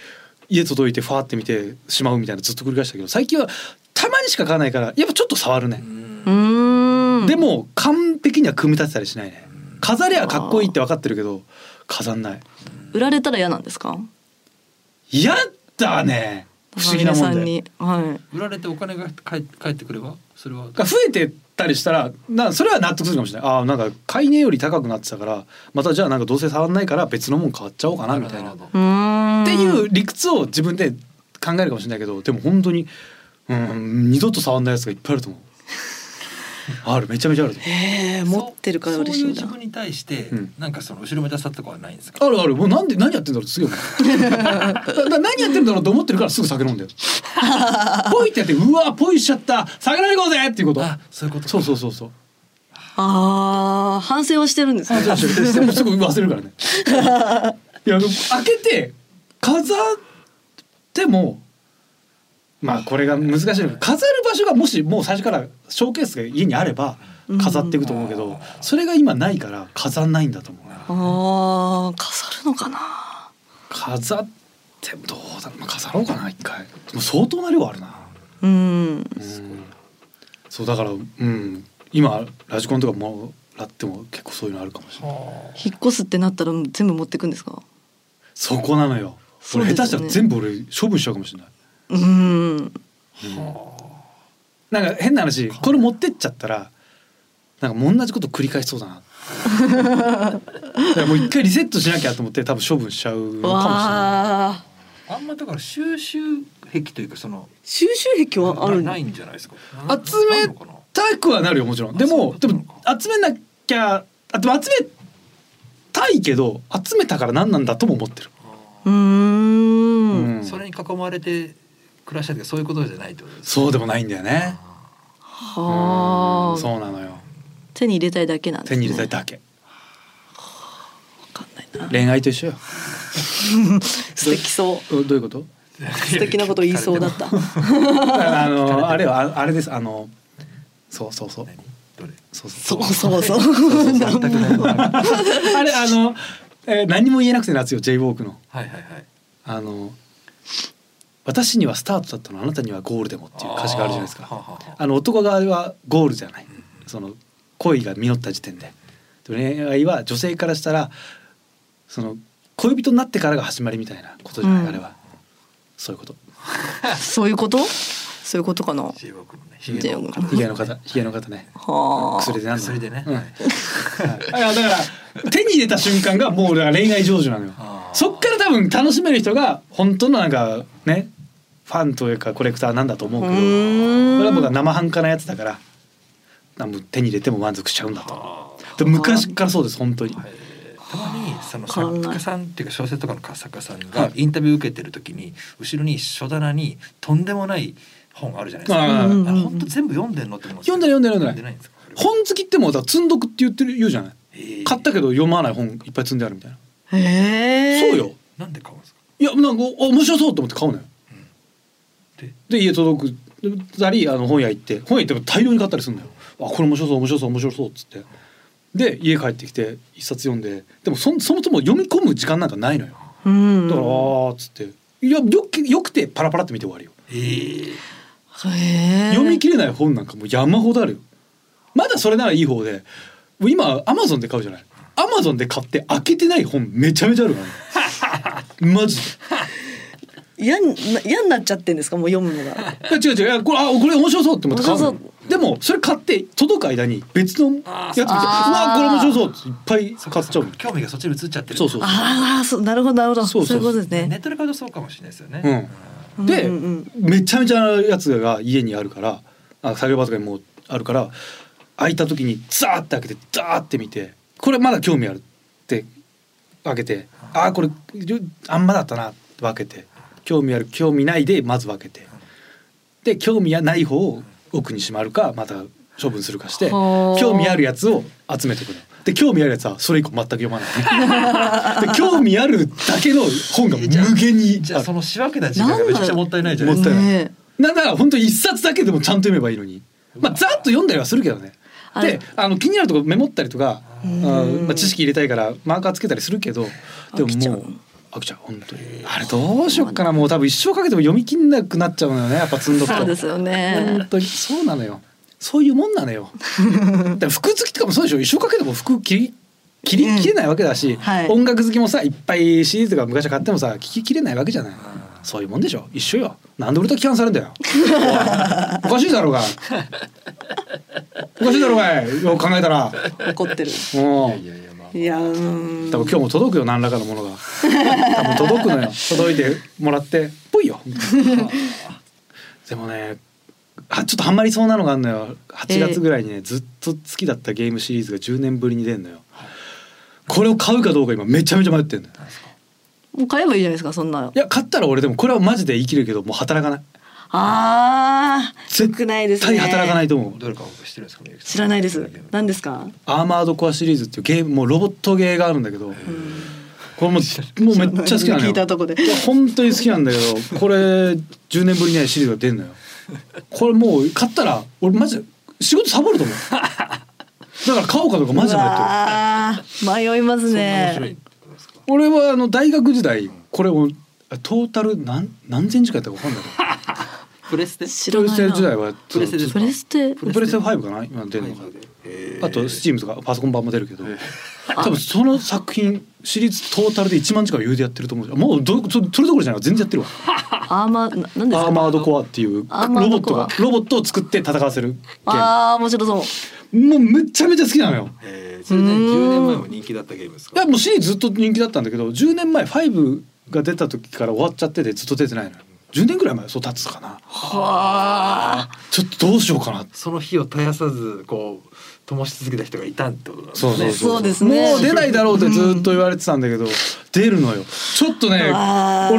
Speaker 2: 家届いてファーって見てしまうみたいなずっと繰り返したけど最近はたまにしか買わないからやっぱちょっと触るね。
Speaker 3: うーん
Speaker 2: でも完璧には組み立てたりしないね飾りゃかっこいいって分かってるけど飾んない
Speaker 3: 売られたら嫌なんですか
Speaker 2: やだね不思議なもん
Speaker 3: 中村さ
Speaker 2: で
Speaker 3: んにはい
Speaker 4: 売られてお金が返返ってくればそれは
Speaker 2: が増えてったりしたらなそれは納得するかもしれないあーなんか買い値より高くなってたからまたじゃあなんかどうせ触んないから別のもん買っちゃおうかなみたいな
Speaker 4: る
Speaker 2: っ
Speaker 4: ほど
Speaker 3: うーん
Speaker 2: ていう理屈を自分で考えるかもしれないけどでも本当にうん二度と触んないやつがいっぱいあると思 うあるめちゃめちゃあると思う
Speaker 3: えー、持ってるから嬉しいんだ
Speaker 4: そうそういう自分に対して、
Speaker 2: うん
Speaker 4: なんかその後ろめたさとかはないんですか
Speaker 2: あるあるもうなんで何やってんだろうって すげえ思うだだ何やってんだろうと思ってるからすぐ酒飲んだ よポイってやってうわポイしちゃった酒飲み行こうぜっていうこと
Speaker 4: あそういうこと
Speaker 2: そうそうそうそう
Speaker 3: ああ反省はしてるんですね
Speaker 2: あそうそうそうすぐ忘れる からねいや開けて飾ってもまあこれが難しいの飾る場所がもしもう最初からショーケースが家にあれば飾っていくと思うけど、それが今ないから飾んないんだと思う
Speaker 3: ああ飾るのかな
Speaker 2: 飾ってもどうだろう、まあ、飾ろうかな一回もう相当な量あるな
Speaker 3: うん
Speaker 2: うんそうだからうん今ラジコンとかもらっても結構そういうのあるかもしれない
Speaker 3: 引っ越すってなったら全部持ってくんですか
Speaker 2: そこなのよ
Speaker 3: そう
Speaker 2: 俺
Speaker 3: ですよ
Speaker 2: 下手
Speaker 3: ね
Speaker 2: したら全部俺処分しちゃうかもしれない
Speaker 3: うん
Speaker 2: なんか変な話これ持ってっちゃったらなんかもう同じこと繰り返しそうだ なだからもう一回リセットしなきゃと思って多分処分しちゃうのかもしれない
Speaker 3: わあ
Speaker 4: あんまだから収集癖というかその
Speaker 3: 収集癖はある
Speaker 4: なない
Speaker 3: ね
Speaker 4: んじゃないですか
Speaker 2: 集め
Speaker 4: あるのかな
Speaker 2: たくはなるよもちろん
Speaker 4: あ
Speaker 2: でも
Speaker 4: そう
Speaker 2: で
Speaker 4: なの
Speaker 2: も集めなきゃあでも集めたいけど集めたから何なんだとも思ってる、
Speaker 3: うーん
Speaker 2: うん
Speaker 4: それに囲まれて暮らしたけどそういうことじゃないってことです
Speaker 2: そうでもないんだよね
Speaker 3: は
Speaker 2: そ
Speaker 3: あ
Speaker 2: うなのよ
Speaker 3: 手に入れたいだけなんです
Speaker 2: 手
Speaker 3: ね
Speaker 2: に入れたいだけ
Speaker 3: わかんないな
Speaker 2: 恋愛と一緒よ
Speaker 3: 素敵そう
Speaker 2: どどういうこと
Speaker 3: 素敵なこと言いそうだった
Speaker 2: あ のあれはああれですあのそうそうそう
Speaker 4: 何どれ
Speaker 2: そう そう
Speaker 3: そうそうそう
Speaker 4: 全くないは い
Speaker 2: あれあの、えー何も言えなくて夏よ J ウォークの
Speaker 4: はいはい
Speaker 2: あの私にはスタートだったのあなたにはゴールでもっていう歌詞があるじゃないですか
Speaker 4: ははは
Speaker 2: あの男側はゴールじゃないその恋が実った時点で恋愛は女性からしたらその恋人になってからが始まりみたいなことじゃない、
Speaker 3: うん
Speaker 2: あれはそういうこと
Speaker 3: そういうことそういうことかなは
Speaker 4: J 僕のね
Speaker 5: ヒゲの
Speaker 3: J の
Speaker 2: ヒゲの方ヒゲの方ね
Speaker 3: あ
Speaker 2: 薬でなんの
Speaker 4: 薬でね
Speaker 2: うん
Speaker 4: はい
Speaker 2: はい、だから手に入れた瞬間がもうだから恋愛成就なのよ
Speaker 4: あー
Speaker 2: そっから多分楽しめる人が本当のなんかねファンというかコレクターなんだと思うけど
Speaker 3: う
Speaker 2: こ
Speaker 3: ーん
Speaker 2: れは僕は生半可なやつだからなんかもう手に入れても満足しちゃうんだとで昔からそうです本当に、
Speaker 5: たまにその
Speaker 3: 変わん
Speaker 5: 作
Speaker 3: ない
Speaker 5: 家さんっていうか小説とかの作家さんがインタビュー受けてる時に後ろに書棚にとんでもない本あるじゃないですか。
Speaker 2: あ
Speaker 3: う
Speaker 2: ー
Speaker 3: ん
Speaker 5: あれ本当全部読んでんのって思うんです
Speaker 2: 読んでない読んでない
Speaker 5: 読
Speaker 2: 読
Speaker 5: ん
Speaker 2: ん
Speaker 5: でな
Speaker 2: でない
Speaker 5: んですか。
Speaker 2: 本好きってもうだから積んどくって言ってる言うじゃない
Speaker 5: えー
Speaker 2: 買ったけど読まない本いっぱい積んであるみたいな、
Speaker 3: へえ
Speaker 2: そうよ
Speaker 5: なんで買うんですか。
Speaker 2: いやなんかお面白そうと思って買うのよ、
Speaker 5: で
Speaker 2: で家届くたりあの本屋行って本屋行っても大量に買ったりするんだよあこれ面白そう面白そう面白そうっつってで家帰ってきて一冊読んででもそそもそも読み込む時間なんかないのよ
Speaker 3: うん
Speaker 2: だから、あーっつっていやよくよくてパラパラって見て終わるよ、
Speaker 5: えー
Speaker 3: へえ
Speaker 2: 読み切れない本なんかもう山ほどあるよまだそれならいい方でもう今アマゾンで買うじゃないアマゾンで買って開けてない本めちゃめちゃあるから ねマジで
Speaker 3: 嫌にな嫌になっちゃってんですかもう読むのが
Speaker 2: いや違う違ういやこれあこれ面白そうって思って買うの
Speaker 3: 面白
Speaker 2: でもそれ買って届く間に別のやつ見てうわ
Speaker 3: あー
Speaker 2: これ面白そうっていっぱい買っちゃうの
Speaker 5: 興味がそっちに移っちゃってる。
Speaker 2: そうそう
Speaker 3: ああそうなるほどなるほど
Speaker 2: そ
Speaker 3: そうう
Speaker 2: そう
Speaker 3: いうことです
Speaker 5: ネ
Speaker 3: ね
Speaker 5: ットで買うとそうかもしれないですよね。
Speaker 2: うん
Speaker 3: うん
Speaker 2: で、
Speaker 3: うんうん
Speaker 2: めちゃめちゃなやつが家にあるからあ作業場とかにもうあるから開いた時にザーって開けてザーって見てこれまだ興味あるって開けてあーこれあんまだったなって分けて興味ある興味ないでまず分けてで興味ない方を奥にしまるかまた処分するかして
Speaker 3: ほー
Speaker 2: 興味あるやつを集めてくるで興味あるやつはそれ以降全く読まないで興味あるだけの本が無限に
Speaker 5: じゃ
Speaker 2: あ
Speaker 5: あ
Speaker 2: る
Speaker 5: その仕分けた時間がめちゃくちゃもったいないじゃないです
Speaker 2: もったいない
Speaker 3: ねえ
Speaker 2: なんだから本当に一冊だけでもちゃんと読めばいいのに、まあ、ざっと読んだりはするけどね
Speaker 3: あれ
Speaker 2: であの気になるとこメモったりとか、あ
Speaker 3: ん
Speaker 2: ーまあ、知識入れたいからマーカーつけたりするけどでももう
Speaker 3: 飽きちゃう
Speaker 2: 飽きちゃう本当にあれどうしよっかなもう多分一生かけても読みきんなくなっちゃうのよねやっぱ積んどくと
Speaker 3: そうですよ
Speaker 2: 本
Speaker 3: ね
Speaker 2: 当にそうなのよそういうもんなの よだから服好きとかもそうでしょ一生かけても服切り切りきれないわけだし、
Speaker 3: はい
Speaker 2: 音楽好きもさいっぱい CD とか昔は買ってもさ聴ききれないわけじゃないそういうもんでしょ一緒よなんで俺と批判されんだよおいおかしいだろうがおかしいだろうがいよく考えたら
Speaker 3: 怒ってる
Speaker 2: も
Speaker 4: いやいやまあ
Speaker 3: いやーうん
Speaker 2: 多分今日も届くよ何らかのものが多分届くのよ届いてもらってぽいよ でもねあちょっとハマりそうなのがあるのよ8月ぐらいにね、ずっと好きだったゲームシリーズが10年ぶりに出んのよこれを買うかどうか今めちゃめちゃ迷ってんのよ
Speaker 3: もう買えばいいじゃないですかそんなの
Speaker 2: いや買ったら俺でもこれはマジで生きるけどもう働かない
Speaker 3: ああ
Speaker 2: 絶
Speaker 3: よくないですね
Speaker 2: 対働かないと思う
Speaker 5: どれか僕知ってるんですかみゆきさん
Speaker 3: 知らないです何ですか
Speaker 2: アーマードコアシリーズっていうゲームもうロボットゲーがあるんだけどこれもうもうめっちゃ好きなのよ
Speaker 3: 聞いたとこで
Speaker 2: いや本当に好きなんだけどこれ10年ぶりにねシリーズが出んのよこれもう買ったら俺マジで仕事サボると思うだから買おうかどうかマジで迷ってる
Speaker 3: あ迷います
Speaker 5: 面白
Speaker 3: ね
Speaker 5: いことですか。
Speaker 2: 俺はあの大学時代これをあトータル何何千時間やったか分かんないけど
Speaker 4: プレステ
Speaker 3: 知
Speaker 2: プレステ時代
Speaker 3: な
Speaker 2: は
Speaker 4: プレステです
Speaker 3: プレステ
Speaker 2: プレステ5かな今出るのがあと Steam とかパソコン版も出るけど多分その作品シリーズトータルで1万近く言うてやってると思うもうどそそれどころじゃない全然やってるわ
Speaker 3: アーマーななんです
Speaker 2: ア
Speaker 3: か
Speaker 2: ーマードコアっていうロ
Speaker 3: アーマー
Speaker 2: ボ
Speaker 3: ド
Speaker 2: ット
Speaker 3: コア
Speaker 2: がロボットを作って戦わせるゲー
Speaker 3: ああ面白そう
Speaker 2: ムもうめちゃめちゃ好きなのよ
Speaker 5: えーそれね10年前も人気だったゲームです
Speaker 2: い
Speaker 5: か
Speaker 2: や。もうシリーズずっと人気だったんだけど10年前5が出た時から終わっちゃっててずっと出てないのよ10年ぐらい前そう経つかな
Speaker 3: はあ
Speaker 2: ちょっとどうしようかなって
Speaker 5: その火を絶やさずこう灯し続けた人がいたってことなんです
Speaker 2: そうそうそう
Speaker 3: そうですね
Speaker 2: もう出ないだろうってずっと言われてたんだけど、出るのよちょっとね
Speaker 3: うわー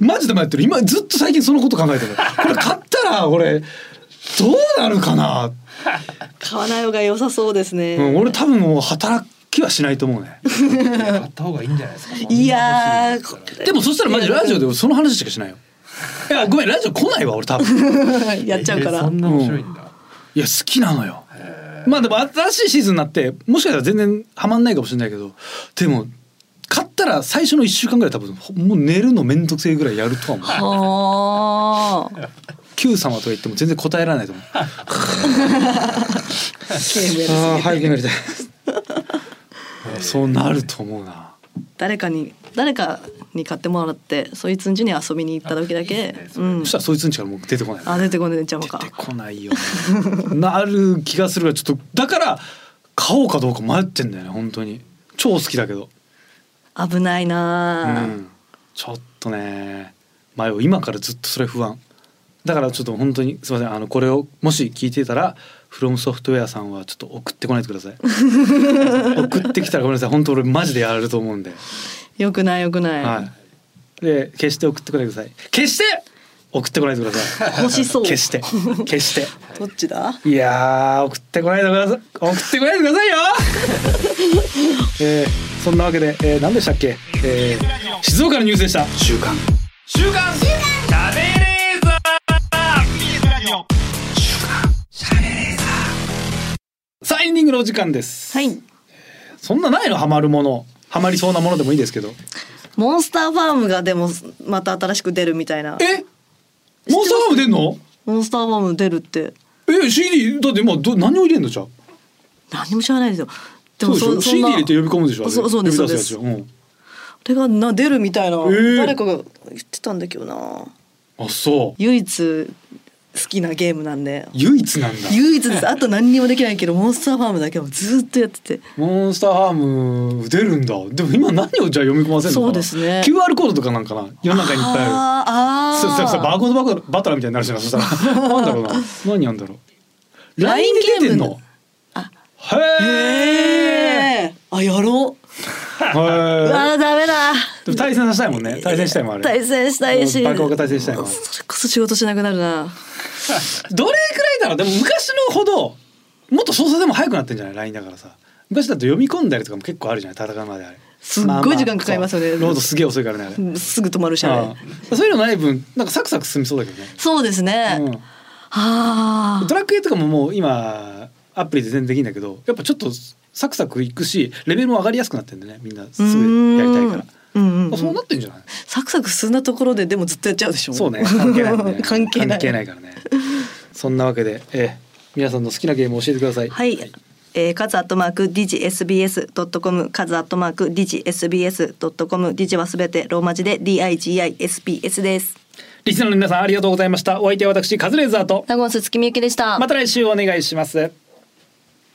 Speaker 2: 俺マジで迷ってる今ずっと最近そのこと考えてるこれ買ったら俺どうなるかな、
Speaker 3: 買わない方が良さそうですね、
Speaker 2: うん、俺多分もう働きはしないと思うね
Speaker 5: 買った方がいいんじゃないですか。
Speaker 3: いやーこ
Speaker 2: でもそしたらマジラジオでその話しかしないよいやごめんラジオ来ないわ俺多分
Speaker 3: れやっちゃうか
Speaker 5: え
Speaker 3: ら、
Speaker 5: ーそんな面白いんだ。
Speaker 2: いや好きなのよまあでも新しいシーズンになってもしかしたら全然ハマんないかもしれないけどでも買ったら最初の1週間ぐらい多分ほもう寝るのめんどくせえぐらいやるとは思う
Speaker 3: はあ
Speaker 2: Q 様とか言っても全然答えられないと思う。
Speaker 3: ゲームやる
Speaker 2: ああ、早くやりたい。多分 そうなると思うな。
Speaker 3: 誰かに誰かに買ってもらってそいつん家に遊びに行った時だけうん
Speaker 2: そしたらそいつんちからもう出てこない。
Speaker 3: あ出てこない邪魔
Speaker 2: 出
Speaker 3: か
Speaker 2: てこないよ、ね。 なる気がするがちょっとだから買おうかどうか迷ってんだよね本当に。超好きだけど。
Speaker 3: 危ないうなあ、
Speaker 2: ん。ちょっとね迷う今からずっとそれ不安。だからちょっと本当にすみませんあのこれをもし聞いていたら。フロムソフトウェアさんはちょっと送ってこないでください 送ってきたらごめんなさい本当俺マジでやると思うんで
Speaker 3: よくないよくない、
Speaker 2: はい。で、決して送ってこないでください。決して送ってこないでください。
Speaker 3: 欲しそう
Speaker 2: 決して、決して。
Speaker 3: どっちだ
Speaker 2: いやー、送ってこないでください。送ってこないでくださ いよ。えー、そんなわけで、えー、何でしたっけ、えー、静岡のニュースでした。週刊。週刊。週刊。シャベレーザー。週刊。シャベレーザー。さあエンディングのお時間です。
Speaker 3: はい
Speaker 2: そんなないのハマるもの、ハマりそうなものでもいいですけど。
Speaker 3: モンスターファームがでもまた新しく出るみたいな
Speaker 2: えモンスターファーム出んの
Speaker 3: モンスターファーム出るって
Speaker 2: え CD だって今ど何を入れんのじゃあ
Speaker 3: 何も知らないですよで
Speaker 2: そうでし
Speaker 3: そ
Speaker 2: ょ
Speaker 3: そん
Speaker 2: CD
Speaker 3: な
Speaker 2: 入れて呼び込むでしょあれ
Speaker 3: そうそうです
Speaker 2: 呼び出やつ
Speaker 3: そう
Speaker 2: ようん
Speaker 3: これがな出るみたいな、
Speaker 2: ー
Speaker 3: 誰かが言ってたんだけどな
Speaker 2: あそう
Speaker 3: 唯一好きなゲームなんで
Speaker 2: 唯一なんだ
Speaker 3: 唯一ですあと何にもできないけどモンスターファームだけはずっとやってて
Speaker 2: モンスターハーム出るんだでも今何をじゃあ読み込ませるのかな
Speaker 3: そうですね
Speaker 2: QR コードとかなんかな世の中にいっぱいあ
Speaker 3: あー
Speaker 2: るそ
Speaker 3: あ
Speaker 2: うそうそうバ
Speaker 3: ー
Speaker 2: ーコードバトバトラーみたいになるじゃんそしたら なんだろうな何やんだろう LINE で出てん
Speaker 3: ゲー
Speaker 2: の
Speaker 3: ムあ
Speaker 2: へえ
Speaker 3: えーあやろううわーダメだ
Speaker 2: でも対戦したいもんね対戦したいもんあれ
Speaker 3: 対戦したいし
Speaker 2: バカオが対戦したいもん
Speaker 3: それこそ仕事しなくなるな
Speaker 2: どれくらいだろうでも昔のほどもっと操作でも早くなってんじゃない LINE だからさ昔だと読み込んだりとかも結構あるじゃない戦うまであれ
Speaker 3: すっごい時間かかりますよね
Speaker 2: まあまあそうロードすげえ遅いからねあれ
Speaker 3: すぐ止まるし
Speaker 2: あ
Speaker 3: ね
Speaker 2: あそういうのない分なんかサクサク進みそうだけどね、
Speaker 3: そうですね、
Speaker 2: う
Speaker 3: は
Speaker 2: ん
Speaker 3: あ
Speaker 2: ドラクエとかももう今アプリで全然できんだけどやっぱちょっとサクサクいくしレベルも上がりやすくなってんでねみんなすぐやりたいから
Speaker 3: うんうんうん
Speaker 2: そうなってんじゃない
Speaker 3: サクサク進んだところででもずっとやっちゃうでしょ
Speaker 2: そうね関係ないもんね
Speaker 3: 関係ない
Speaker 2: からねそんなわけで、ええ、皆さんの好きなゲームを教えてください
Speaker 3: はい、えー、カズアットマークディジ SBS ドットコムカズアットマークディジ SBS ドットコムディジはすべてローマ字で D I G I S P S です。
Speaker 2: リスナーの皆さんありがとうございました。お相手は私カズレーザーと
Speaker 3: 名古屋鈴木みゆきでした。
Speaker 2: また来週お願いします。